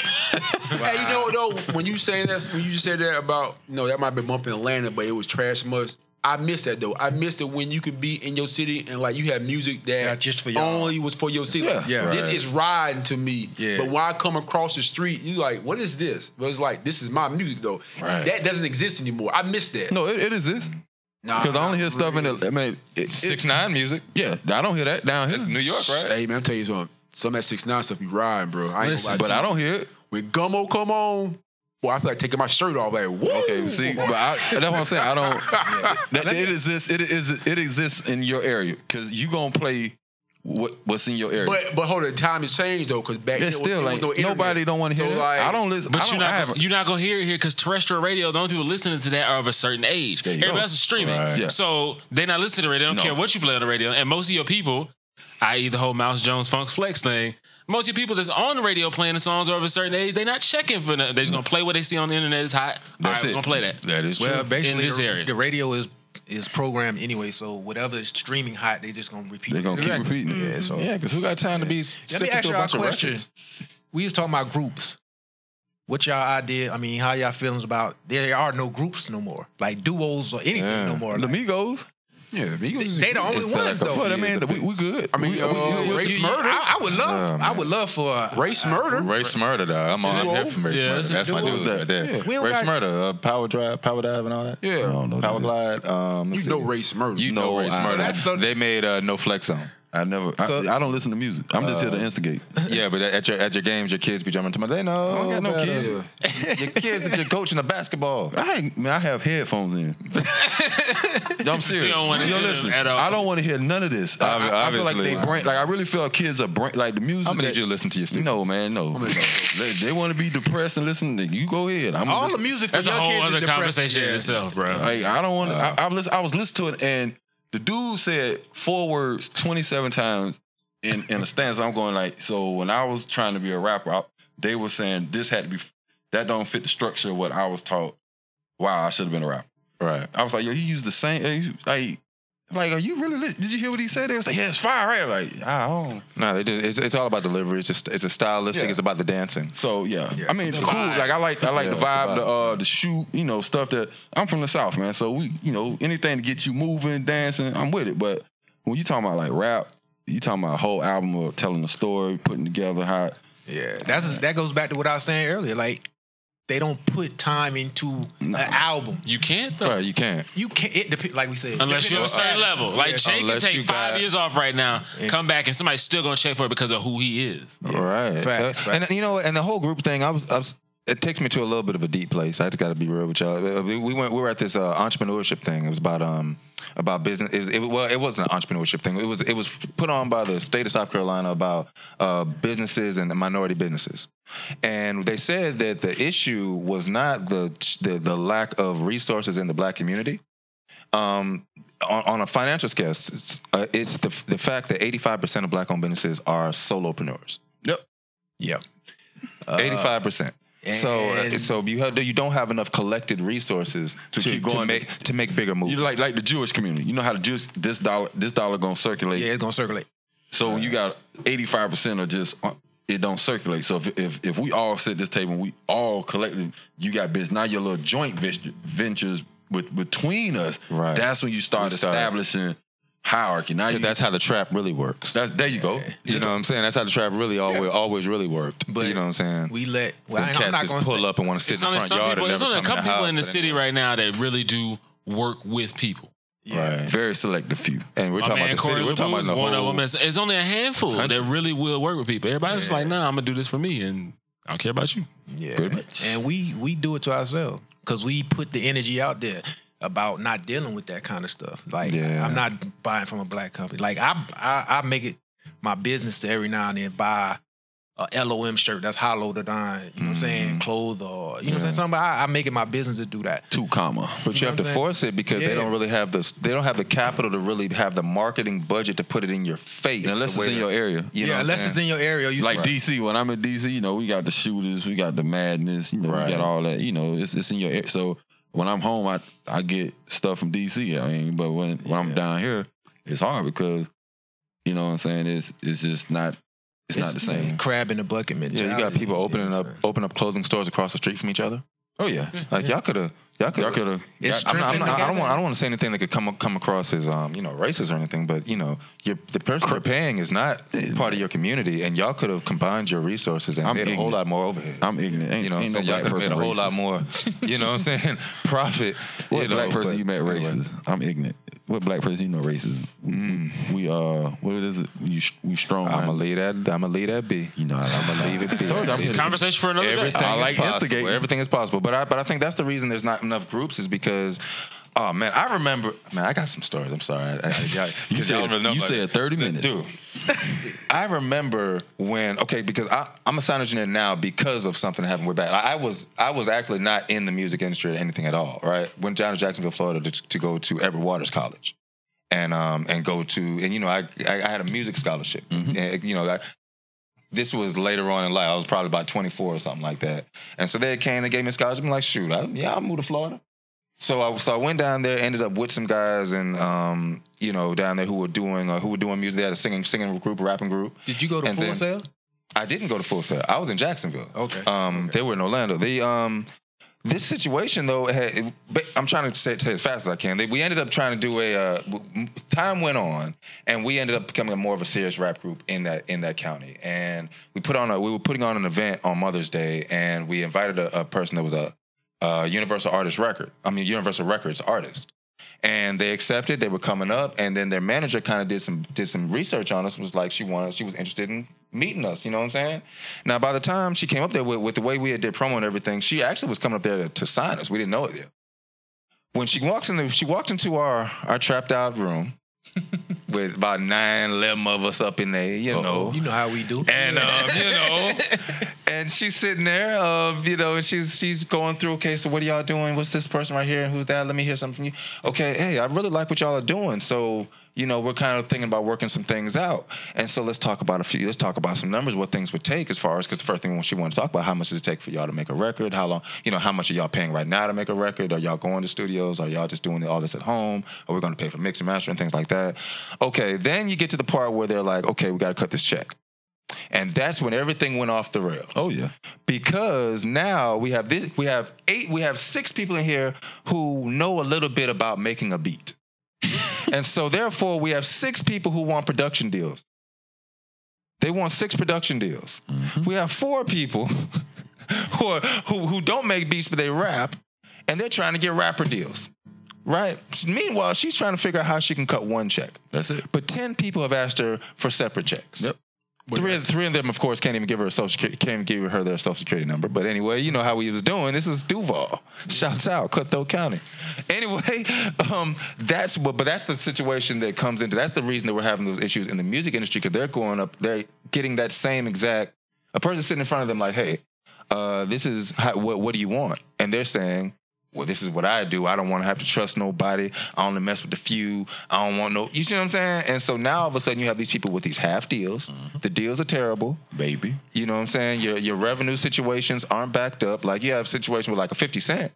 Hey, you know what though? When you say that, when you just said that about, you know, that might have been bumping Atlanta, but it was trash must. I miss that though. I miss it when you could be in your city and like you had music that just for only was for your city. Like, Yeah, this right. is riding to me. Yeah. But when I come across the street, you like, what is this? But it's like this is my music though. Right. That doesn't exist anymore. I miss that. No, it, it exists. Nah, because I only hear stuff in the. I mean, it, six nine music. Yeah, I don't hear that down here. That's New York, right? Hey man, I'm telling you something. Some of that six nine stuff be riding, bro. I ain't Listen, gonna lie to but you. I don't hear it. When Gummo come on, boy, I feel like taking my shirt off. Like, woo. Okay, see, but I, that's what I'm saying. I don't. That, it exists. It is. It exists in your area because you gonna play what what's in your area. But but hold on, time has changed though, because It's back then was- still there was like, no internet. nobody don't wanna So, hear that. like, I don't listen- But you're not, gonna, you're not gonna hear it here because terrestrial radio, the only people listening to that are of a certain age. you Everybody go. else is streaming, Right. Yeah. so they're not listening to radio. They don't No. care what you play on the radio. And most of your people, i.e., the whole Mouse Jones Funk's Flex thing, most of your people that's on the radio playing the songs are of a certain age. They're not checking for them. They're just gonna play what they see on the internet. It's hot. That's All right, We're gonna play that. Well, basically, in this the, area. the radio is is programmed anyway, so whatever is streaming hot, they just gonna repeat. They're gonna keep Exactly. repeating it. Yeah, so Mm-hmm. Yeah, 'cause who got time to be Let me ask y'all a question. We was talking about groups. What y'all idea? I mean, how y'all feelings about there are no groups no more, like duos or anything no more. The Like, Migos. Yeah, the Migos. they the only ones though. But I mean, we, we good. I mean, uh, we, we, we, You- you- I, I would love. I would love for uh, race murder. Race murder, dog. I'm on I'm here from race Yeah, murder. it's a That's my duo. dude right there. Yeah. We don't Race got- murder, uh, power drive, power dive, and all that. Yeah, I don't know. Power glide. Um, you know race murder. You know race I- murder. That's so- they made uh, no flex on. I never. I, So- Uh, I don't uh, listen to music. I'm just here to instigate. yeah, but at your at your games, your kids be jumping to my. They know. I don't got no better. kids. your kids that you're coaching a basketball. I ain't- man, I have headphones in. No, I'm serious. You don't wanna You know, hear them listen, at all. I don't want to hear none of this. I, Obvi- I- I feel like they obviously. brain. Like I really feel kids are brain. Like the music. I'm gonna that- need you to listen to your students. No, man, no. they want to be depressed and listen. To, you go ahead. I'm All listen- the music for That's a young whole kids is other depressing. conversation in itself, bro. Uh. Like, I don't want. to I, I, was- I was listening to it, and the dude said four words 27 times in in a stance. I'm going like, so when I was trying to be a rapper, I, they were saying this had to be that don't fit the structure of what I was taught. Wow, I should have been a rapper. Right. I was like, yo, he used the same. eh, he- Like, like, are you really? lis- Did you hear what he said? They was like, yeah, it's fire, right? Like, I don't. No, they do. It's, it's all about delivery. It's just it's a stylistic. Yeah. It's about the dancing. So yeah, I mean, The cool. vibe. Like I like I like Yeah, the the vibe, vibe. the uh, the shoot, you know, stuff that I'm from the south, man. So we, you know, anything to get you moving, dancing, I'm with it. But when you talking about like rap, you talking about a whole album of telling a story, putting together how. Yeah, that's that goes back to what I was saying earlier. Like they don't put time into an album. You can't though. you can't. You can't. It depends, like we said, Unless you're depending at a on- certain level. Like Yeah. Jay can Unless take you five got- years off right now, come back and somebody's still gonna check for it because of who he is. All right. Facts, Uh, And you know, and the whole group thing, I was, I was, it takes me to a little bit of a deep place. I just got to be real with y'all. Uh, We we went, we were at this uh, entrepreneurship thing. It was about um about business. It, was- it, well, it wasn't an entrepreneurship thing. It was it was put on by the state of South Carolina about uh, businesses and minority businesses. And they said that the issue was not the the, the lack of resources in the black community um, on, on a financial scale, it's, it's, uh, it's the, the fact that 85% of black owned businesses are solopreneurs. Yep. Yep. Uh, 85%. So, Uh, and- so you have you don't have enough collected resources to, keep to going. make to make bigger moves. You like like the Jewish community. You know how the Jewish this dollar this dollar gonna circulate. Yeah, it's gonna circulate. So when you got eighty five percent of just uh, it don't circulate. So if, if if we all sit this table and we all collectively, you got business. Now your little joint ven- ventures with between us. Right. That's when you start We start- establishing hierarchy. Now you, that's how the trap really works. That's there you go. You know what I'm saying? That's how the trap really always always really worked. you know what I'm saying? We let well, I ain't- I'm cats not just gonna pull say- up and want to sit it's in only the front some yard. people. and There's never only a come couple the people house, in the but city right now that really do work with people. Right. Very selective few. And we're My talking man about the city. Corey We're talking about Booth, the one of whole. them. It's, it's only a handful country. that really will work with people. Everybody's just like, nah, I'm gonna do this for me, and I don't care about you. Yeah. And we we do it to ourselves because we put the energy out there about not dealing with that kind of stuff. Like Yeah. I'm not buying from a black company. Like I I, I make it my business to every now and then buy a LOM shirt that's hollowed or dime, you know what I'm saying, clothes or you know what I'm saying, something. I, I make it my business to do that. Two comma. You But you, know have what to I'm saying? force it because they Yeah. don't really have the they don't have the capital to really have the marketing budget to put it in your face. Unless the it's way in to- your area. You know what I'm saying? your area, you- like Right. DC. When I'm in DC, you know, we got the shooters, we got the madness, you know, we got all that. You know, it's it's in your area. So when I'm home, I I get stuff from DC. I mean, but when when I'm down here, it's hard because you know what I'm saying. It's it's just not it's, not the same. Crab in the bucket mentality. Yeah, you got people opening up open up clothing stores across the street from each other. Oh yeah, Like y'all could have, y'all could, Y'all coulda- It's I'm not, strengthened I'm not, I don't together. want, I don't want to say anything that could come come across as, um, you know, racist or anything. But you know, your the person you're paying is not part of your community, and y'all could have combined your resources and I'm made a whole ignorant. lot more overhead. I'm ignorant. Ain't, you know, what I'm ain't saying? no y'all black could have person made a whole lot racist. more. You know what I'm saying? Profit. What you know, black person but you met anyway. racist? I'm ignorant. What black person you know racist? We uh, what is it? You we strong. I'ma leave that. I'ma leave that be. You know, I'ma leave it be. Conversation for another Everything day. is possible. instigating. Everything is possible. But I but I think that's the reason there's not enough groups is because oh man, I remember man, I got some stories. I'm sorry. I, I, I, You said- you said 30 minutes. Dude. I remember when okay, because I, I'm a sound engineer now because of something that happened with back. I, I was I was actually not in the music industry or anything at all, right? Went down to Jacksonville, Florida to, to go to Edward Waters College and um and go to and you know I I, I had a music scholarship and you know I, this was later on in life I was probably about 24 or something like that and so they came and gave me a scholarship I'm like shoot I, yeah I'll move to Florida so I so I went down there ended up with some guys and um you know down there who were doing uh, who were doing music they had a singing singing group rapping group Did you go to And full then- sale? I didn't go to Full Sail. I was in Jacksonville. Okay. Uh, Um, they were in Orlando. The um, this situation though, had, it- but I'm trying to say, say it as fast as I can. They- We ended up trying to do a. Uh, w- m- time went on, and we ended up becoming a more of a serious rap group in that in that county. And we put on a we were putting on an event on Mother's Day, and we invited a, a person that was a, a uh, Universal Artist Record. I mean Universal Records artist and they accepted they were coming up and then their manager kind of did some did some research on us and was like she wanted she was interested in meeting us you know what i'm saying now by the time she came up there with, with the way we had did promo and everything she actually was coming up there to, to sign us we didn't know it yet when she walks in the, she walked into our our trapped out room with about nine, eleven of us up in there you know You know how we do. and um, you know, and she's sitting there, um, you know, and she's she's going through. Okay, so what are y'all doing? What's this person right here? And who's that? Let me hear something from you. Okay, hey, I really like what y'all are doing. So you know, we're kind of thinking about working some things out. And so let's talk about a few. Let's talk about some numbers. What things would take as far as because the first thing she wanted to talk about how much does it take for y'all to make a record? How long? You know, how much are y'all paying right now to make a record? Are y'all going to studios? Are y'all just doing all this at home? Are we going to pay for mix and master and things like that? Okay, then you get to the part where they're like, okay, we got to cut this check. And that's when everything went off the rails. Oh yeah. Because now we have this we have eight we have six people in here who know a little bit about making a beat. and so therefore we have six people who want production deals. They want six production deals. We have four people who, are, who who don't make beats but they rap, and they're trying to get rapper deals. Right. Meanwhile, she's trying to figure out how she can cut one check. That's it. But ten people have asked her for separate checks. Yep. Three, of- three of them, of course, can't even give her a social security, can't even give her their social security number. But anyway, you know how he was doing. This is Duval. Shouts out, Cutthroat County. Anyway, um, that's what. But that's the situation that comes into. That's the reason that we're having those issues in the music industry because they're going up. They're getting that same exact. A person sitting in front of them like, hey, uh, this is how, what. What do you want? And they're saying, well, this is what I do. I don't want to have to trust nobody. I only mess with the few. I don't want no. You see what I'm saying? And so now all of a sudden you have these people with these half deals. The deals are terrible, baby. You know what I'm saying? Your your revenue situations aren't backed up. Like you have a situation with like a 50 Cent.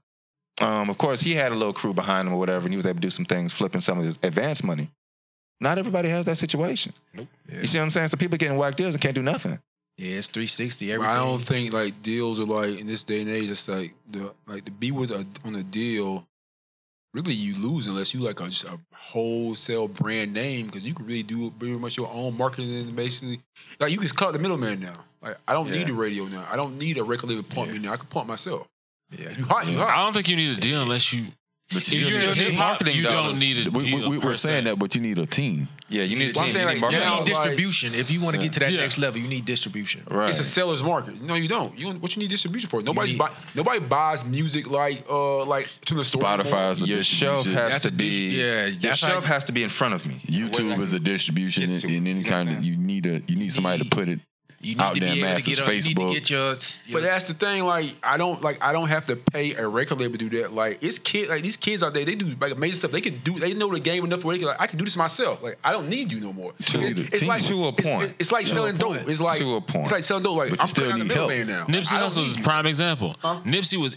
Um, of course he had a little crew behind him or whatever, and he was able to do some things, flipping some of his advance money. Not everybody has that situation. Nope. You see what I'm saying? So people getting whack deals and can't do nothing. Yeah, it's 360. But I don't think like deals are like in this day and age. It's like the like to be with a, on a deal. Really, you lose unless you like a, just a wholesale brand name because you can really do pretty much your own marketing and basically like you can cut out the middleman now. Like I don't need the radio now. I don't need a record label to pump me now. I can pump myself. Yeah, you hot, you hot. I don't think you need a deal unless you. But if you're in hip hop, you don't need a We, deal. we, per we're saying that, but you need a team. Yeah, you need a Well, I'm team. saying, You need like, marketing. you need now, like- distribution. if you want to Yeah. get to that Yeah. next level, you need distribution. It's a seller's market. No, you don't. You don't- what you need distribution for? Nobody buy, nobody buys music like uh like to the store. Spotify's a anymore. Your shelf has to be- yeah, Your that's shelf like- has to be in front of me. YouTube is a distribution in, in any kind of. You need a you need somebody to put it need out to there be able to masses. get up- you need to Facebook. get your, But that's the thing. Like I don't like I don't have to pay a record label to do that. Like it's kid like these kids out there they do like amazing stuff. They can do they know the game enough where they can like I can do this myself. Like I don't need you no more. To- It- to- to a it's- point. It's, like To a selling dope. point. It's like To a point. It's like selling dope. Like But you I'm still still in the need help. middleman now. Nipsey I don't Hussle need is a you. prime example. Nipsey was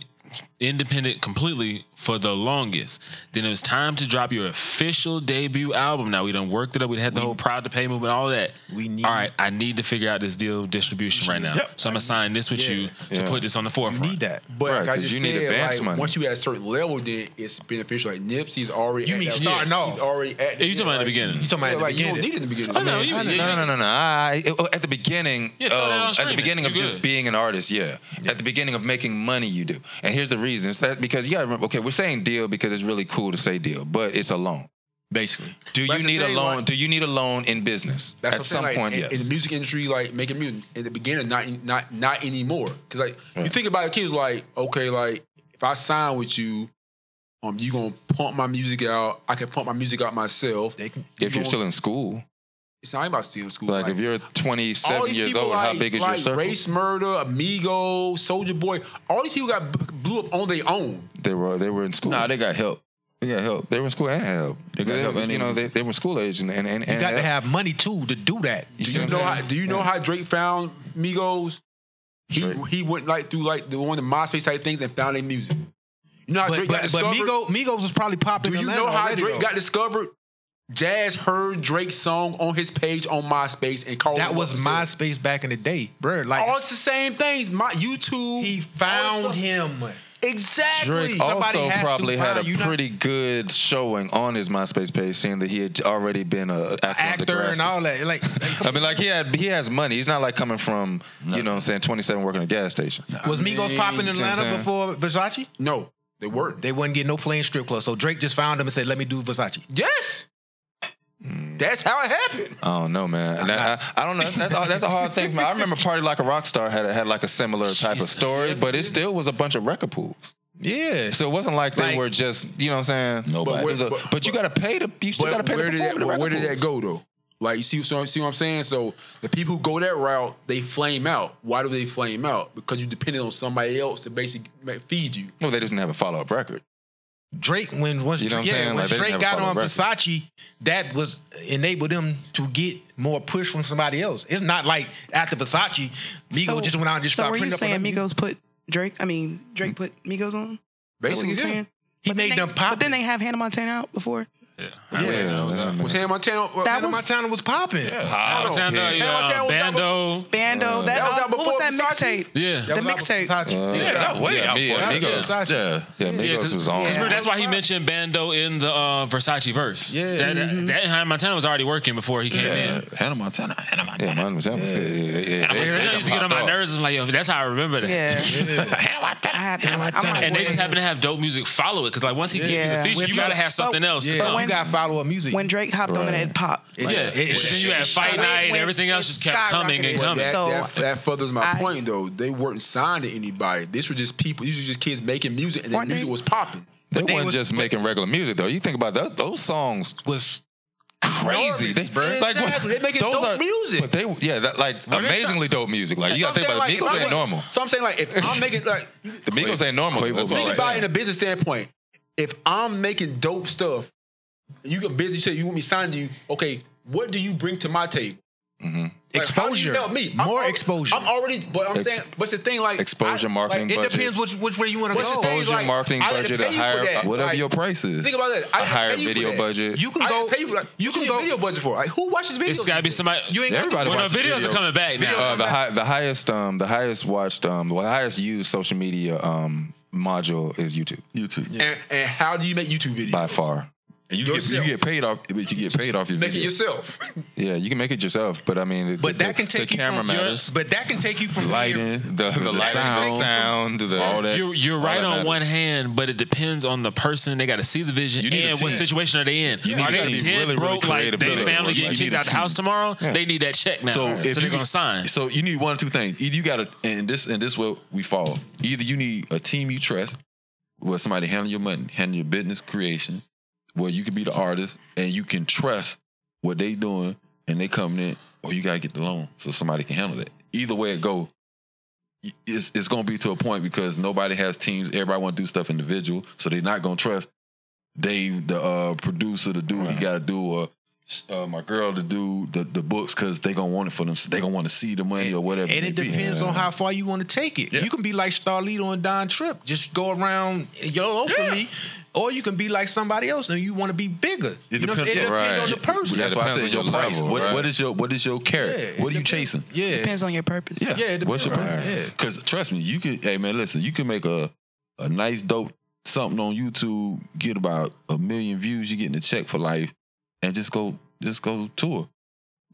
independent completely for the longest. Then it was time to drop your official debut album. Now we done worked it up. We had the whole Proud to Pay movement, all that. We need. All right, I need to figure out this deal of distribution right now. Yep. So I'm gonna sign this with you to Yeah. put this on the forefront. need that. But like I 'cause just you need said, advance like, money. once you at a certain level, then it's beneficial. Like Nipsey's already. You at mean that- starting yeah, off. He's already at. you talking about the beginning. You talking about yeah, at the like, You beginning. Oh, don't need it in the beginning. I know, Oh, you- I don't- yeah, no, you- no, no, no. I, oh, at the beginning, Yeah, throw that on of, at the streaming. beginning of You just good. being an artist, yeah. At the beginning of making money, you do. And here's the reason: it's that because you gotta remember. Okay, we're saying deal because it's really cool to say deal, but it's a loan. Basically, But do you that's the need thing, a loan? like- do you need a loan in business? That's at what some I'm saying, point, like, in- yes. in, the music industry, like making music in the beginning, not not not anymore. Because like you Right. think about it, kids like okay, like if I sign with you, um, you gonna pump my music out. I can pump my music out myself. They can, if you're still in school, it's not about still in school. like, like, if you're all 27 these years people old, like, how big is like your circle? Race Murder, Amigo, Soldier Boy, all these people got b- blew up on their own. They were they were in school. Nah, they got help. They got help. They were in school and had help. They got help and you it know, was- they, they were school age and and, and You and got to help. have money too to do that. Do you know how, do you know how Drake found Migos? He he went like through like the one of the MySpace type things and found their music. You know how But, Drake got but, but discovered. Migos, Migos was probably do popping. you know how Drake got discovered? Jazz heard Drake's song on his page on MySpace and called That him was up and said, MySpace back in the day, bro. Like all it's the same things. My YouTube. He found him. Exactly. Drake also probably had a pretty good showing on his MySpace page, seeing that he had already been a actor, on actor and Degrassi. all that. Like I mean, like he had he has money. He's not like coming from you know what I'm saying 27 working at a gas station. Was Migos popping in See what I'm Atlanta before saying? Versace? No, they weren't. They wasn't getting no playing strip clubs. So Drake just found them and said, "Let me do Versace." Hmm. Yes. That's how it happened. I don't know, man. And I, I, I don't know. That's that's a, that's a hard thing. I remember Party Like a Rock Star had had like a similar type of story, but it still was a bunch of record pools. Yeah. So it wasn't like they were just you know what I'm saying. Nobody. It was a- But, But- you got to pay to you still But got to pay where to did perform that, but at the where record did that pools. go though? Like you see, so, see what I'm saying. So the people who go that route, they flame out. Why do they flame out? Because you depended on somebody else to basically ma- feed you. No, they just didn't have a follow up record. Drake when once You know what I'm yeah, saying? when Like, they didn't Drake have a got follow on record. Versace, that was enabled them to get more push from somebody else. It's not like after Versace, Migos So- just went out and just so started were you printing up. saying on them. Migos put Drake? I mean, Drake put Migos on. Basically, yeah. He made them pop. But then they have Hannah Montana out before. Yeah, Was Hannah Montana? That Hannah was Montana uh, was popping. Hannah Montana was out Bando. Bando. That was out uh, what before was that mixtape. Yeah. The mixtape. yeah, that way yeah, out me- for it. Migos. That's- Yeah, yeah, Migos 'cause- was on. 'cause remember, That's why he mentioned Bando in the uh, Versace verse. Yeah, that, Mm-hmm. that Hannah Montana was already working before he came in. Hannah Montana. Hannah Montana. Yeah, Hannah Montana was good. Yeah, yeah, yeah. Hannah They- they Montana used to done get on my popped off. nerves. I was like, yo, that's how I remember that. Yeah. and they just happen to have dope music follow it because like once he gives you the feature, you gotta have something else to come. Oh, When- When Drake hopped on it, it popped. Yeah. then you had Fight Night and everything else just kept coming and coming. That, that, that furthers my I- point, though. They weren't signed to anybody. These were just people. These were just kids making music, and the music was popping. They weren't just making regular music though. You think about that; those songs was crazy. They, like, Exactly. They making dope music. but they yeah, that, like Well, that's amazingly dope music. Like you So I'm gotta think saying, about like, it. if Migos I'm ain't making- normal. So I'm saying, like, if I'm making like The Migos ain't normal. That's Think what I'm about it saying. in a business standpoint. If I'm making dope stuff, you get busy. You say you want me signed to you. Okay, what do you bring to my table? Mm-hmm. Exposure. Like, how do you help me. More exposure. I'm already, but I'm Ex- saying, but it's the thing like Exposure, marketing, it budget. depends which which way you want What's the thing, Exposure, like, marketing I had to budget, pay a you for higher that. whatever Like, your price is. Think about that. I a had to higher pay you for video that. budget. You can go. Pay for, like, you can go video budget for. it. Like who watches videos? It's gotta be somebody. You ain't Everybody Well, no, watches videos video. are coming back now. Uh, the, hi- the highest, um, the highest watched, um, the highest used social media um, module is YouTube. YouTube And, and how do you make YouTube videos? by far. And you get, you get paid off, but you get paid off your Make it video. yourself. Yeah, you can make it yourself, but I mean, But the, that can take the you camera from your- matters. But that can take you the from lighting, the, the, lighting, sound, the sound, the, all that. You're, you're all right that on matters. one hand, but it depends on the person. They got to see the vision need a and what team. situation are they in. You need are a they team. dead Really, really broke? like creative their building. family You getting need kicked a out the team. house tomorrow. Yeah. They need that check now. So So, if they're you- gonna sign. So you need one of two things. Either you got to, and this and this what we follow. Either you need a team you trust, where somebody handle your money, handle your business creation, where you can be the artist and you can trust what they doing and they coming in, or you gotta get the loan so somebody can handle that. Either way it go, y- it's it's gonna be to a point because nobody has teams. Everybody want to do stuff individual, so they're not gonna trust Dave, the uh, producer, the dude he got to do, or uh, my girl to do the, the books because they gonna want it for them. They gonna want to see the money or whatever. And it may be. depends on how far you want to take it. You can be like Starlito and Don Tripp, just go around your locally, or you can be like somebody else and you want to be bigger. you know, it depends on the person. That's why I said your price. what, what is your what is your carrot? Yeah, what are you chasing? Yeah, Depends on your purpose. Yeah, it What's your depends, plan? right, yeah. Because trust me, you could. Hey man, listen, you can make a a nice dope something on YouTube, get about a million views, you getting a check for life, and just go just go tour.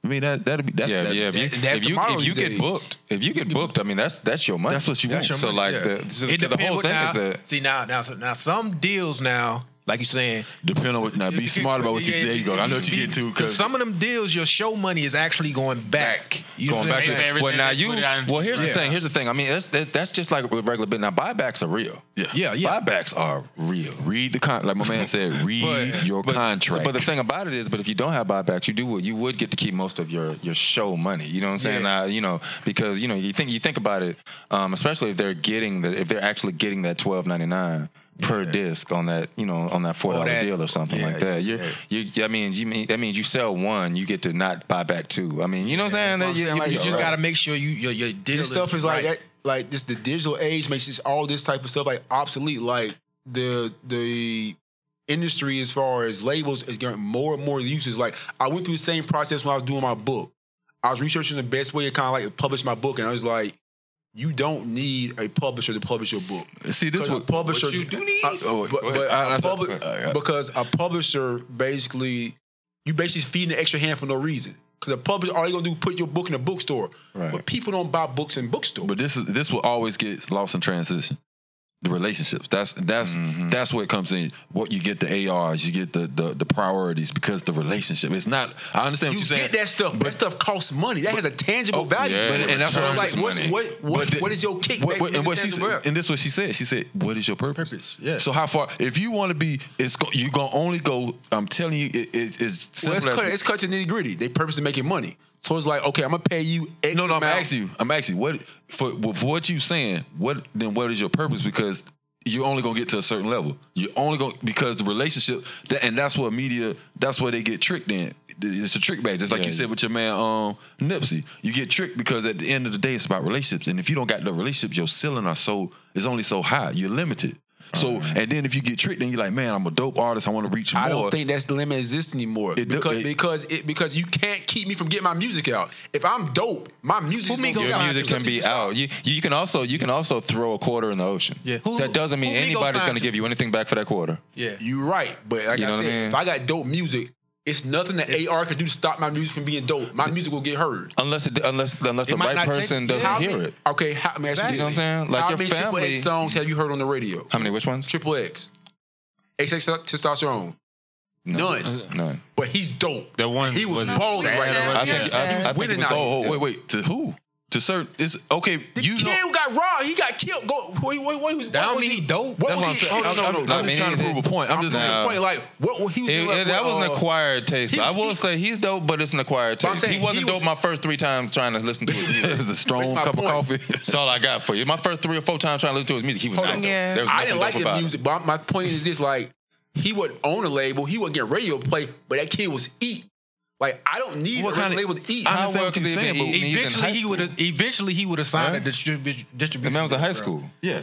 I mean that that'd be that. yeah, that, yeah. If you, that- if you, if you get booked, if you get booked, I mean that's that's your money. That's what you want. So like the, so it the depends whole what thing now, is that See now, now, so- now some deals now, like you're saying, depend on what. Now be smart about what you. yeah, There you go. I know what you get to because some of them deals, your show money is actually going back. You going know back what to I'm saying? well now you well here's the Yeah. thing here's the thing I mean that's that's, that's just like with regular bit now buybacks are real yeah yeah, buybacks are real read the con like my man said read your contract. but the thing about it is but if you don't have buybacks you do you would get to keep most of your your show money you know what I'm saying Yeah. uh, you know because you know you think you think about it um, especially if they're getting the if they're actually getting that twelve ninety nine per disc on that you know on that four dollar that- deal or something yeah, like that you're, you I mean you mean that means you sell one you get to not buy back two I mean you know what I'm saying, Well, I'm You- saying, you- like, you you just got to make sure you your your deal This is stuff stuff is like right. that. Like this, the digital age makes this all this type of stuff like obsolete. Like the the industry as far as labels is getting more and more uses. Like I went through the same process when I was doing my book. I was researching the best way to kind of like publish my book, and I was like, you don't need a publisher to publish your book. See, this what publisher you do need. oh, but, go but ahead. I- I a said- publi- go ahead. because a publisher basically you basically feeding an extra hand for no reason. Because a publisher, all they gonna do is put your book in a bookstore. But people don't buy books in bookstores. But this is this will always get lost in transition. The relationships. That's that's Mm-hmm. that's what comes in. What you get the ARs, you get the the, the priorities because the relationship. It's not. I understand You what get you're saying. that stuff. that stuff costs money. That has a tangible value But- to Oh, it. and that's what I'm like. saying. What's, what what, But the- what is your kick? What, what, and what she said, and this is what she said. She said, "What is your purpose?" yeah. So how far? If you want to be, it's go, you gonna only go. I'm telling you, it, it, it's Well, it's, simple as- cut, it's cut to nitty gritty. They purposely making money. So it's like, okay, I'm gonna pay you X No, no, I'm amount. asking you. I'm asking you. What for, for what you saying? What then? What is your purpose? Because you're only gonna get to a certain level. You're only gonna because the relationship, that, and that's what media. That's where they get tricked in. It's a trick bag, just like Yeah, you said with your man um, Nipsey. You get tricked because at the end of the day, it's about relationships. And if you don't got the relationships, your ceiling are so is only so high. You're limited. So and then if you get tricked, then you're like, man, I'm a dope artist. I want to reach more. Uh. I don't think that's the limit exists anymore It do- because it- because it because you can't keep me from getting my music out. If I'm dope, my music Your music can be out. You you can also you can also throw a quarter in the ocean. Yeah. that doesn't mean who Migos anybody's signed going to to? give you anything back for that quarter. Yeah, you're right. But like You I know said, what I mean? if I got dope music, it's nothing that AR can do to stop my music from being dope. My music will get heard. Unless it, unless unless the right person doesn't How hear many- it. Okay, how, let me ask you, You this. know what I'm saying? Like how your many Triple family- X songs have you heard on the radio? How many? Which ones? Triple X, XX testosterone. None. None. But he's dope. That one He was was balling sad. right now. I think. Yeah. I, I think We it did was- not- oh, oh, wait, wait. To who? To certain. It's okay. you know. Kid got robbed. He got killed. Go. Wait, wait, wait. Was, don't what was mean he he dope. What That's what was I'm he? saying. Oh, no, no, no. I I'm mean, just trying to it- prove a point. I'm, I'm just saying- saying point. Like what? what he was. It- like, it- that was an uh, acquired taste. He I was- will he- say he's dope, but it's an acquired But I'm taste. saying he wasn't he dope my first three times trying to listen to his music. it was a strong my cup of coffee. That's all I got for you. My first three or four times trying to listen to his music, he was Hold not on. dope. There was I didn't nothing like dope the about it. music, but my point is this: like he would own a label, he would get radio play, but that kid was eat. Like I don't need What a kind of- label to eat. I understand what could you're they saying, have been but eating? eventually he would have. Eventually he would have signed Huh? a distribu- distribution. The man was in high deal, school. bro. Yeah.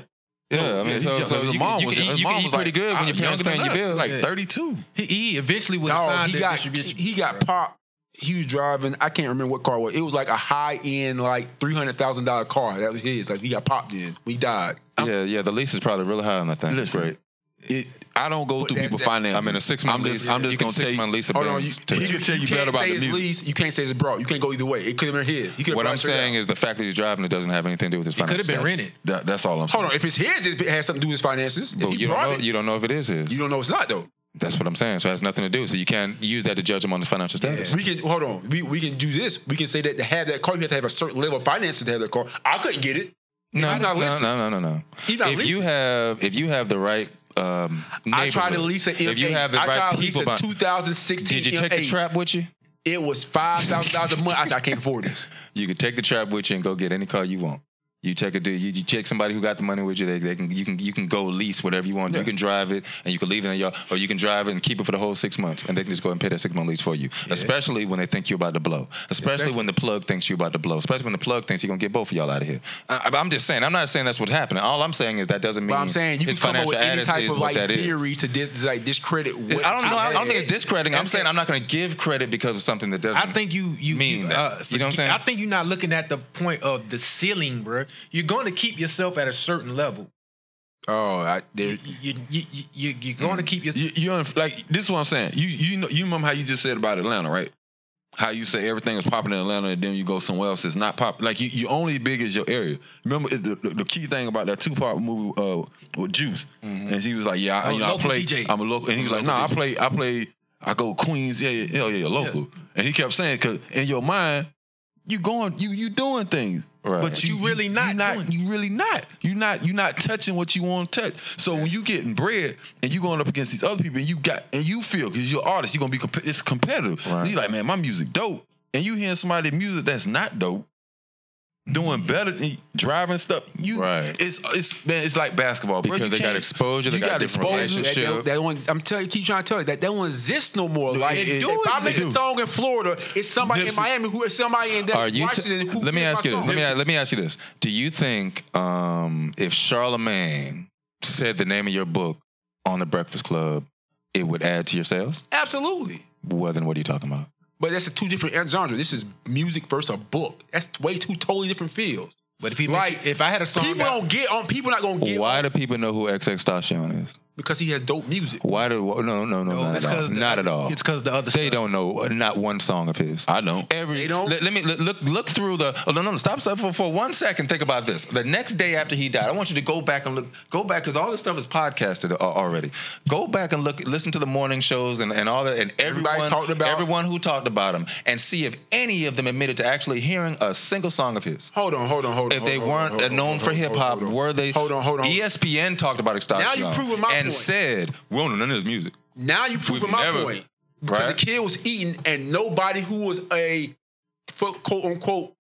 Yeah, I mean, so, so you, can- you, can- you, can eat pretty "Ah, good when your parents paying your bills. two. He, he eventually was Dog, signed he the got distribution. he got popped. He was driving. I can't remember what car it was. It was like a high end, like three hundred thousand dollar car. That was his. Like he got popped in. We died. Yeah, yeah. The lease is probably really high on that thing. Listen, right. It, I don't go through people financing. I'm in a six month I'm lease. just, I'm just you can gonna six take month lease. Hold on, you, he can tell you can't better about say the it's music. lease. You can't say it's brought. You can't go either way. It could have been his. He could have What brought I'm it straight saying is the fact that he's driving it doesn't have anything to do with his financial. status. That, that's all I'm out. Hold on. If it's his, it has something to do with his finances. But if he you don't brought know. it, You don't know if it is his. you don't know it's not though. That's what I'm saying. So it has nothing to do. So you can't use that to judge him on the financial status. We can hold on. We, we can do this. We can say that to have that car, you have to have a certain level of finances to have that car. I couldn't get it. No, I'm no, not no, listed. no, no, no. He's not if you have, if you have the right, um, I tried to neighborhood, lease an M8. If you have the I right tried to lease people, a behind- 2016 Did you take the M8. trap with you? It was five thousand dollars a month. I said I can't afford this. you could take the trap with you and go get any car you want. You take a dude, you, you take somebody who got the money with you. They, they can you can you can go lease whatever you want. You can drive it and you can leave it in your, or you can drive it and keep it for the whole six months, and they can just go and pay that six month lease for you. Especially when they think you're about to blow. Especially, when the plug thinks you're about to blow. Especially when the plug thinks he's gonna get both of y'all out of here. I, I- I'm just saying. I'm not saying that's what's happening. All I'm saying is that doesn't mean. But I'm saying you can his come up with Mm. financial any status type is of like what that is. theory to dis, like discredit. What I don't know. I don't think it's Yeah. discrediting. I'm saying I'm not going to give credit because of something that doesn't. I think you you mean you, that. uh, you know what I'm saying? I think you're not looking at the point of the ceiling, bro. You're going to keep yourself at a certain level. Oh, I, there, You you you, you you're going to keep your Mm-hmm. You, you un- like this is what I'm saying. You you know you remember how you just said about Atlanta, right? How you say everything is popping in Atlanta, and then you go somewhere else, it's not pop. Like you, you only big as your area. Remember it- the, the, the key thing about that Tupac movie uh, with Juice, and he was like, "Yeah, I, I'm you a know, I Mm-hmm. Oh, local play. DJ. I'm a local." And he was like, I'm a "Nah, I local play. I play. I go Queens. Yeah, yeah, yeah, yeah local." And he kept saying, "Cause in your mind, you going, you you doing things, Right. but you, really not, you not you really not you not you not touching what you want to touch. So when you getting bread and you going up against these other people and you got and you feel because you're an artist, you're gonna be comp- it's competitive. You like, man, my music dope, and you hearing somebody music that's not dope doing better than driving stuff. You it's it's man, it's like basketball bro. Because You they got can't- exposure, they you got different That, that, that one, I'm telling, keep trying to tell you that that one exists no more. Like, it- if it- I make they a do. song in Florida, it's somebody in Nipsey- Miami who is somebody in that Are you? Washington. T- who let me hears ask my you this. song. Let me let me ask you this. Do you think um, if Charlemagne said the name of your book on the Breakfast Club, it would add to your sales? Absolutely. Well, then what are you talking about? But that's a two different genres. This is music versus a book. That's way two totally different fields. But if he like, if I had a song, people don't get on. People not gonna get Why do people know who XX Stashion is? because he has dope music. Why do wh- no no no, not it's at all 'cause the- not at all? it's 'cause the other they don't know uh, not one song of his. I don't every Let, let me let- look look through the oh, no no no stop stop for, for one second think about this. The next day after he died, I want you to go back and look go back because all this stuff is podcasted a- already. Go back and look listen to the morning shows and, and all that and everyone talked about- everyone who talked about him and see if any of them admitted to actually hearing a single song of his. Hold on, hold on, hold on. If they hold on, weren't hold on, uh, known hold on, for hold on, hip hop, hold on. were they? E Hold on, hold on. ESPN talked about Extasio. Now you proving my and point. said we don't know none of his music. Now you proving We've my never- point because Right. the kid was eating, and nobody who was a quote quote unquote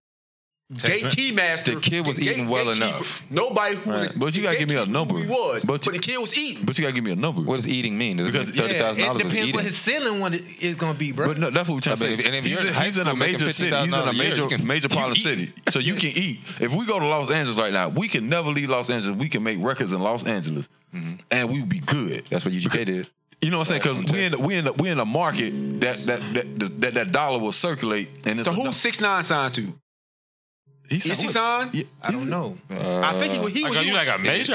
gate Text- key master. The kid was gate- eating well gatekeeper. enough. Nobody who was Right. But you gotta give me a number. He was, But but, the kid was eating. But you gotta give me a number. What does eating mean? Does Because it mean thirty thousand it dollars is depends eating? what his ceiling one is- is going to be, bro. But no, that's what we're trying to I say. mean, if- and if he's, you're in, in high he's in a school making major city. He's in a $15,000 a year, major you can- major you problem eat. city, so you can eat. If we go to Los Angeles right now, we can never leave Los Angeles. We can make records in Los Angeles. and we would be good. That's what UGK did. You know what I'm saying? Because we in the, we in the, we in a market that that that that, that, dollar will circulate. And it's So enough- who's six nine signed to? Is he signed? I don't know. I think he was. He was. he was- I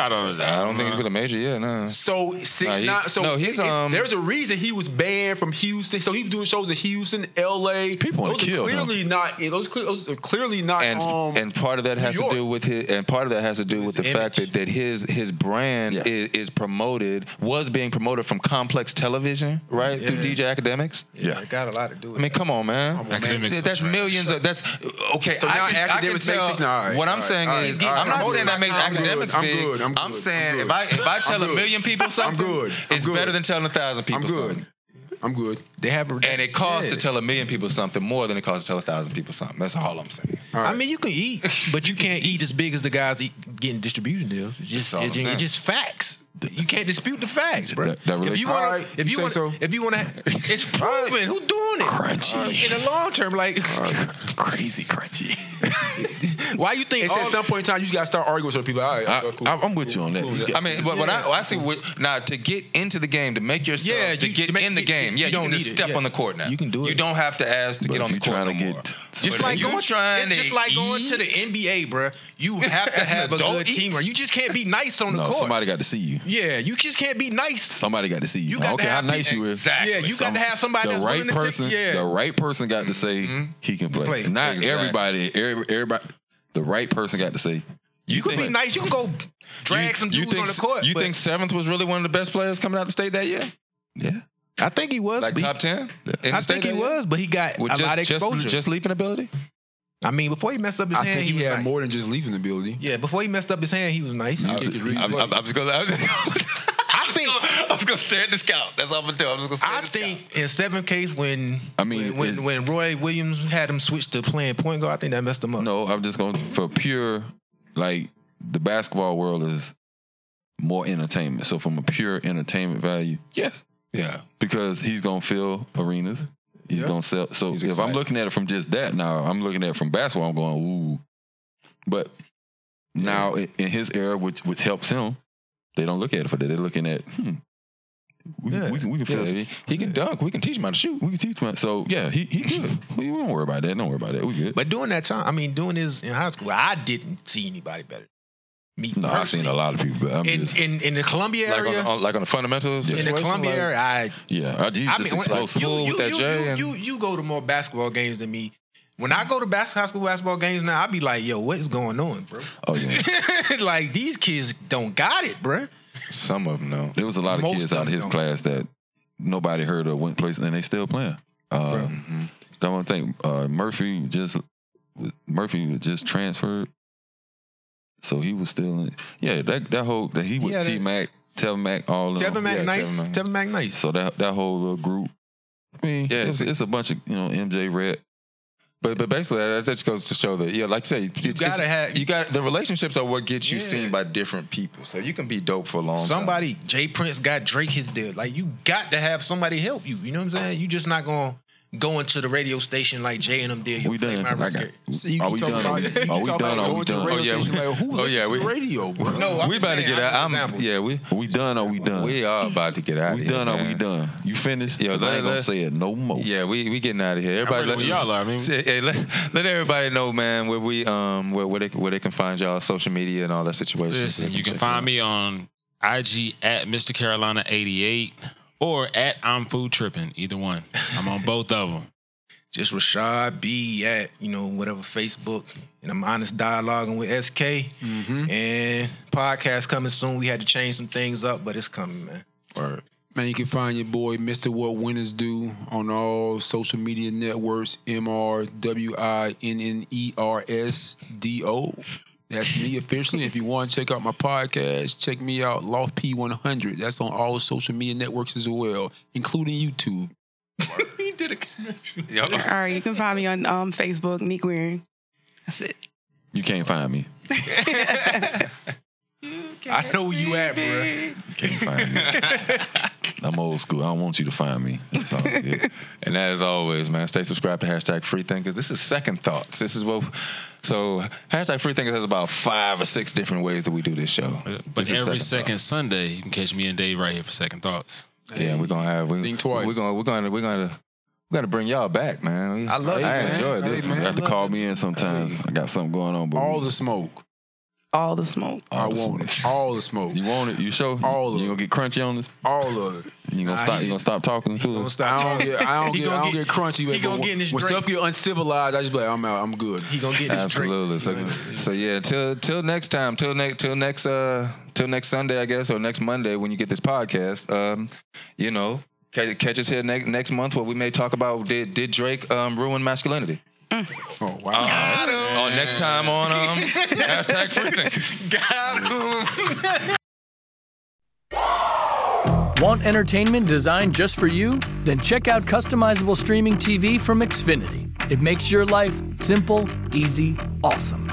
don't think he's with a major. Yeah, no. So six Nah, he- nine. So no, he's it- it- um. there's a reason he was banned from Houston. So he was doing shows in Houston, L.A. People wanna those kill are him. clearly not. Those, cle- those are clearly not. and um, and part of that New has to York. do with his and part of that has to do with the fact that, that his his brand is, is promoted was being promoted from complex television right through Yeah. DJ Academics. It got a lot to do I mean, come on, man. Academics That's- that's are trash. millions of that's okay. So I now can, I can academics tell- make six- nah, all right, what I'm all right, saying all right, is, all right, I'm not I'm saying that good, makes I'm good, academics I'm big. good, I'm good, saying I'm if I if I good. tell I'm a good. million people I'm something, good, it's better than telling a thousand people. I'm good. Something. I'm good. They have, and it costs yeah. to tell a million people something more than it costs to tell a thousand people something. That's all I'm saying. I mean, you can eat, but you can't eat as big as the guys eat, getting distribution deals. It's just, That's all it's, I'm saying. it's just facts. You can't dispute the facts, bro. That- that if relates- you want, All right, if you you say want, so. if you want to, it's proven who doing it in the long term. Like crazy crunchy. Why you think? It's at some point in time you got to start arguing with some people. All right, I, I'm with you on that. I mean, but when I, I see what, now to get into the game, to make yourself, Yeah, to you- get to make- in the game, you yeah, you, don't can need just it, step yeah. on the court now. You can do it. You don't have to ask to But get if on the you court trying no to more. get- But Just if like you going, trying it's to just like going to the eat- NBA, bro. You have to have a Don't good eat. team, or you just can't be nice on the no, court. somebody got to see you. yeah, you just can't be nice. Somebody got to see you. got I don't to care how have nice people- you is. Exactly. Yeah, you got to have somebody The that's right willing to take- person. yeah. Mm-hmm. The right person got to say he can play. Play. Not Exactly. everybody. every- Everybody. The right person got to say. You could be nice. You can go drag some dudes think, on the court. You but- think Seventh was really one of the best players coming out the state that year? I think he was Like but he- top ten? I think he was, but he got With a just- lot of just- exposure. just leaping ability. I mean, before he messed up his I hand, think he, was had nice. more than just leaving the building. Yeah, before he messed up his hand, he was nice. I was, I'm, I'm, I'm just gonna. I'm, I think I'm just gonna stare at the scout. That's all I'm gonna do. I'm just gonna stare at the scout. in seventh case when I mean, when, it's- when Roy Williams had him switch to playing point guard, I think that messed him up. No, I'm just going for pure like the basketball world is more entertainment. So from a pure entertainment value, yes, yeah, because he's gonna fill arenas. He's gonna sell. So if I'm excited. looking at it from just that now, I'm looking at it from basketball. I'm going ooh, but now in, in his era, which which helps him, they don't look at it for that. They're looking at hmm, we, we can we can fill. Yeah, he- he can dunk. We can teach him how to shoot. We can teach him. how- So yeah, he he good. we don't worry about that. Don't worry about that. We good. But during that time, I mean, doing this in high school, I didn't see anybody better. Me No, I've seen a lot of people. But I'm in, just, in in the Columbia Like on, area. the- on, like on the fundamentals. in the situation, Columbia like- area, I yeah, I I just mean, when- explosive you, with you, that you, J you, and- you, you go to more basketball games than me. When I go to bas- high school basketball games now, I be like, yo, what is going on, bro? Oh yeah. like these kids don't got it, bro. Some of them know. There was a lot of Most kids of out of them his don't. class that nobody heard of went places and they still playing. Um, That one thing, uh, Murphy just Murphy was just transferred, so he was still in. Yeah, that that whole that he Yeah, with that- T Mac, Tevin Mac, all of them. Tevin Mac Yeah, nice. Tevin Mac. Tevin Mac nice. So that that whole little group. I mean, Yeah. it's, it's a bunch of you know MJ Red. But but basically that that just goes to show that yeah, like you say, you gotta have- you got the relationships are what gets you Yeah. seen by different people. So you can be dope for a long Somebody, Jay Prince got Drake his deal. Like you got to have somebody help you. You know what I'm saying? You just not gonna go into the radio station like Jay and them did. We done. I got- are we keep done? talking Are we about- you keep talking done? about Are we going to done? the radio station, like, who Oh, yeah, we- radio, time. No, I'm we about to saying, get I'm out. an I'm, example. yeah, we we done. Are we done? we are about to get out. We of here, done. Are we man. done? You finished? Yo, I ain't let- gonna let- say it no more. Yeah, we we getting out of here. Everybody, really with y'all are, I mean- Say- hey, let, let everybody know, man, where we um where where they, where they can find y'all social media and all that situation. Listen, They you can check find me on IG at Mr. Carolina 88 or at I'm Food Tripping. Either one. I'm on both of them. Just Rashad B at you know whatever Facebook, and I'm honest dialoguing with SK. Mm-hmm. And podcast coming soon. We had to change some things up, but it's coming, man. Man, you can find your boy Mr. What Winners Do on all social media networks. M R W I N N E R S D O. That's me officially. if you want to check out my podcast, check me out Loft P one hundred. That's on all social media networks as well, including YouTube. he did a commercial. Yep. All right, you can find me on um, Facebook, Neek Wearing. That's it. You can't find me. I know where you at, bro. Can't find me. I'm old school. I don't want you to find me. That's all good. and as always, man, stay subscribed to hashtag Free Thinkers. This is Second Thoughts. This is what. So hashtag Free Thinkers has about five or six different ways that we do this show. But This is every second Second Sunday, you can catch me and Dave right here for second thoughts. Yeah, we're gonna have we, We're gonna we're gonna we're gonna we gotta bring y'all back, man. We- I love it, I man. enjoyed Hey, this. man, You have to I love call me in sometimes. I got something going on, but All the smoke. All the smoke. I want it. All the smoke. You want it? You sure? All of You it. gonna get crunchy on this? All of it. You gonna Nah, stop? he- You gonna stop talking to us? I don't get, I don't He get, gonna I don't get- get crunchy. he but gonna when- get in his When drink. stuff get uncivilized, I just be like, I'm out. I'm good. He gonna Absolutely. So, so yeah, till till next time, till next till next uh till next Sunday, I guess, or next Monday when you get this podcast. Um, you know, catch, catch us here next next month where we may talk about did did Drake um ruin masculinity? Mm. Oh wow! oh, next time on um hashtag free things. Got him. Want entertainment designed just for you? Then check out customizable streaming TV from Xfinity. It makes your life simple, easy, awesome.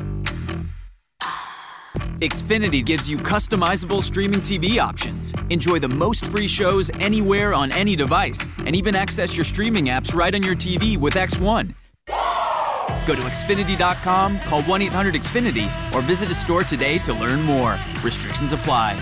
Xfinity gives you customizable streaming TV options. Enjoy the most free shows anywhere on any device, and even access your streaming apps right on your TV with X1. Go to Xfinity.com, call 1 800 Xfinity, or visit a store today to learn more. Restrictions apply.